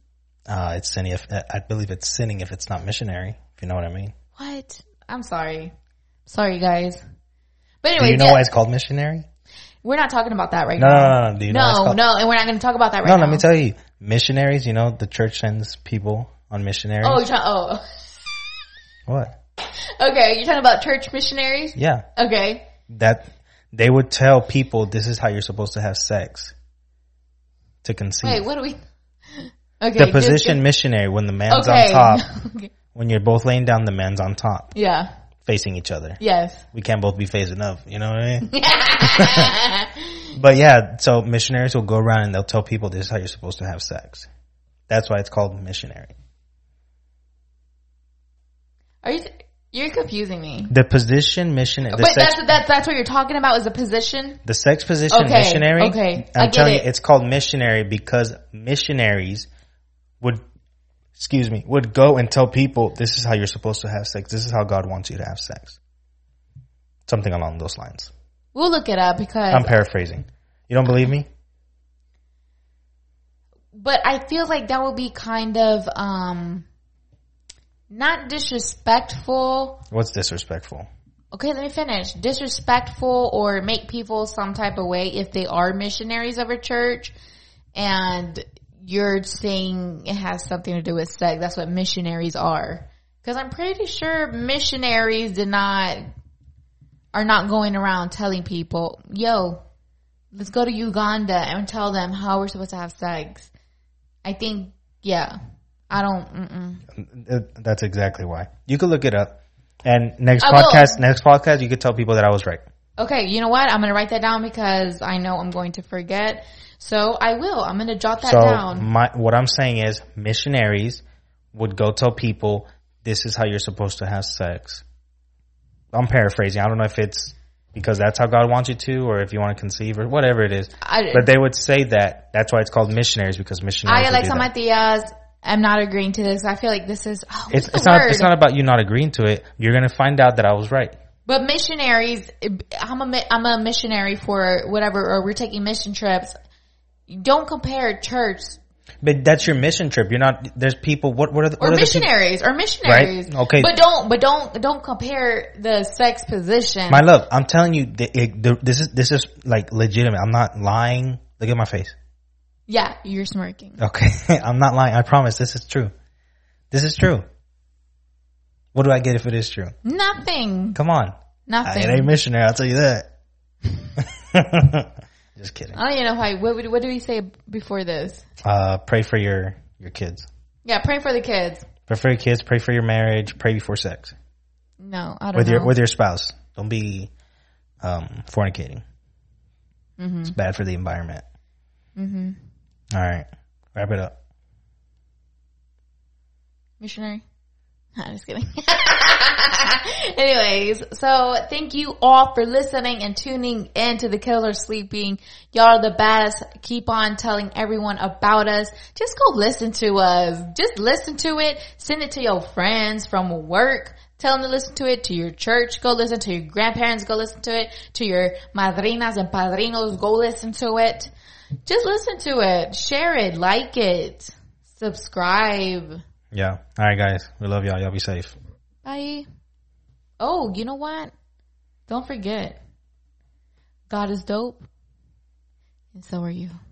Speaker 2: Uh, it's sinning if I believe it's sinning if it's not missionary. If you know what I mean.
Speaker 1: What? I'm sorry. Sorry guys. But
Speaker 2: Do
Speaker 1: anyway,
Speaker 2: you know
Speaker 1: yeah,
Speaker 2: why it's called missionary?
Speaker 1: we're not talking about that right
Speaker 2: No,
Speaker 1: now.
Speaker 2: no, no, no. Do you know why it's
Speaker 1: No,
Speaker 2: called?
Speaker 1: no, and we're not going to talk about that right
Speaker 2: no,
Speaker 1: now.
Speaker 2: let me tell you. Missionaries, you know, the church sends people on missionaries.
Speaker 1: Oh, you're trying. Oh,
Speaker 2: What?
Speaker 1: okay. You're talking about church missionaries.
Speaker 2: Yeah.
Speaker 1: Okay.
Speaker 2: That they would tell people this is how you're supposed to have sex to conceive.
Speaker 1: Wait, what do we? Okay.
Speaker 2: the
Speaker 1: just-
Speaker 2: position missionary when the man's
Speaker 1: okay.
Speaker 2: on top,
Speaker 1: Okay.
Speaker 2: when you're both laying down, the man's on top
Speaker 1: Yeah.
Speaker 2: facing each other.
Speaker 1: Yes.
Speaker 2: We can't both be facing up, you know what I mean? But yeah, so missionaries will go around and they'll tell people this is how you're supposed to have sex. That's why it's called missionary.
Speaker 1: Are you? You're confusing me.
Speaker 2: The position mission, the
Speaker 1: but
Speaker 2: sex,
Speaker 1: that's that's that's what you're talking about is a position.
Speaker 2: the sex position
Speaker 1: Okay,
Speaker 2: missionary.
Speaker 1: okay, I
Speaker 2: I'm
Speaker 1: get
Speaker 2: telling
Speaker 1: it.
Speaker 2: you, it's called missionary because missionaries would, excuse me, would go and tell people this is how you're supposed to have sex. This is how God wants you to have sex. Something along those lines.
Speaker 1: We'll look it up because.
Speaker 2: I'm paraphrasing. You don't believe me?
Speaker 1: but I feel like that would be kind of um, not disrespectful.
Speaker 2: What's disrespectful?
Speaker 1: Okay, let me finish. Disrespectful or make people some type of way if they are missionaries of a church and you're saying it has something to do with sex. That's what missionaries are. Cause I'm pretty sure missionaries did not, are not going around telling people, yo, let's go to Uganda and tell them how we're supposed to have sex. I think, yeah. I don't, mm-mm.
Speaker 2: Uh, That's exactly why. You could look it up. And next
Speaker 1: I will.
Speaker 2: podcast, next podcast, you could tell people that I was right.
Speaker 1: Okay, you know what? I'm gonna write that down because I know I'm going to forget. So I will. I'm gonna jot that
Speaker 2: So
Speaker 1: down.
Speaker 2: my what I'm saying is missionaries would go tell people this is how you're supposed to have sex. I'm paraphrasing. I don't know if it's because that's how God wants you to or if you want to conceive or whatever it is.
Speaker 1: I,
Speaker 2: But they would say that. That's why it's called missionaries because missionaries.
Speaker 1: I
Speaker 2: would
Speaker 1: like
Speaker 2: do
Speaker 1: some
Speaker 2: that.
Speaker 1: ideas. I'm not agreeing to this. I feel like this is oh,
Speaker 2: it's,
Speaker 1: what's
Speaker 2: it's
Speaker 1: the
Speaker 2: not
Speaker 1: word?
Speaker 2: it's not about you not agreeing to it. You're going to find out that I was right.
Speaker 1: But missionaries, I'm a mi- I'm a missionary for whatever, or we're taking mission trips. Don't compare church
Speaker 2: But that's your mission trip. You're not there's people what what are the,
Speaker 1: or
Speaker 2: what are the people-
Speaker 1: missionaries or missionaries.
Speaker 2: Okay.
Speaker 1: but don't but don't don't compare the sex position.
Speaker 2: My love, I'm telling you, th- it, th- this is this is like legitimate. I'm not lying. Look at my face.
Speaker 1: yeah, you're smirking.
Speaker 2: Okay, I'm not lying. I promise. This is true. This is true. What do I get if it is true?
Speaker 1: Nothing,
Speaker 2: Come on, I
Speaker 1: nothing.
Speaker 2: ain't a missionary. I'll tell you that. Just kidding.
Speaker 1: I don't even know why. What, would- what did we say before this?
Speaker 2: Uh, pray for your your kids.
Speaker 1: Yeah, pray for the kids.
Speaker 2: Pray for your kids. Pray for your marriage. Pray before sex
Speaker 1: No, I don't
Speaker 2: with
Speaker 1: know.
Speaker 2: your with your spouse. Don't be um, fornicating. It's bad for the environment. Mm-hmm. right, wrap it up.
Speaker 1: Missionary. No, I'm just kidding. Anyways, so thank you all for listening and tuning in to the Killer Sleeping. Y'all are the best. Keep on telling everyone about us. Just go listen to us. Just listen to it. Send it to your friends from work. Tell them to listen to it, to your church, go listen to your grandparents, go listen to it, to your madrinas and padrinos, go listen to it. Just listen to it. Share it, like it, subscribe.
Speaker 2: Yeah. All right, guys. We love y'all. Y'all be safe.
Speaker 1: Bye. Oh, you know what? Don't forget. God is dope. And so are you.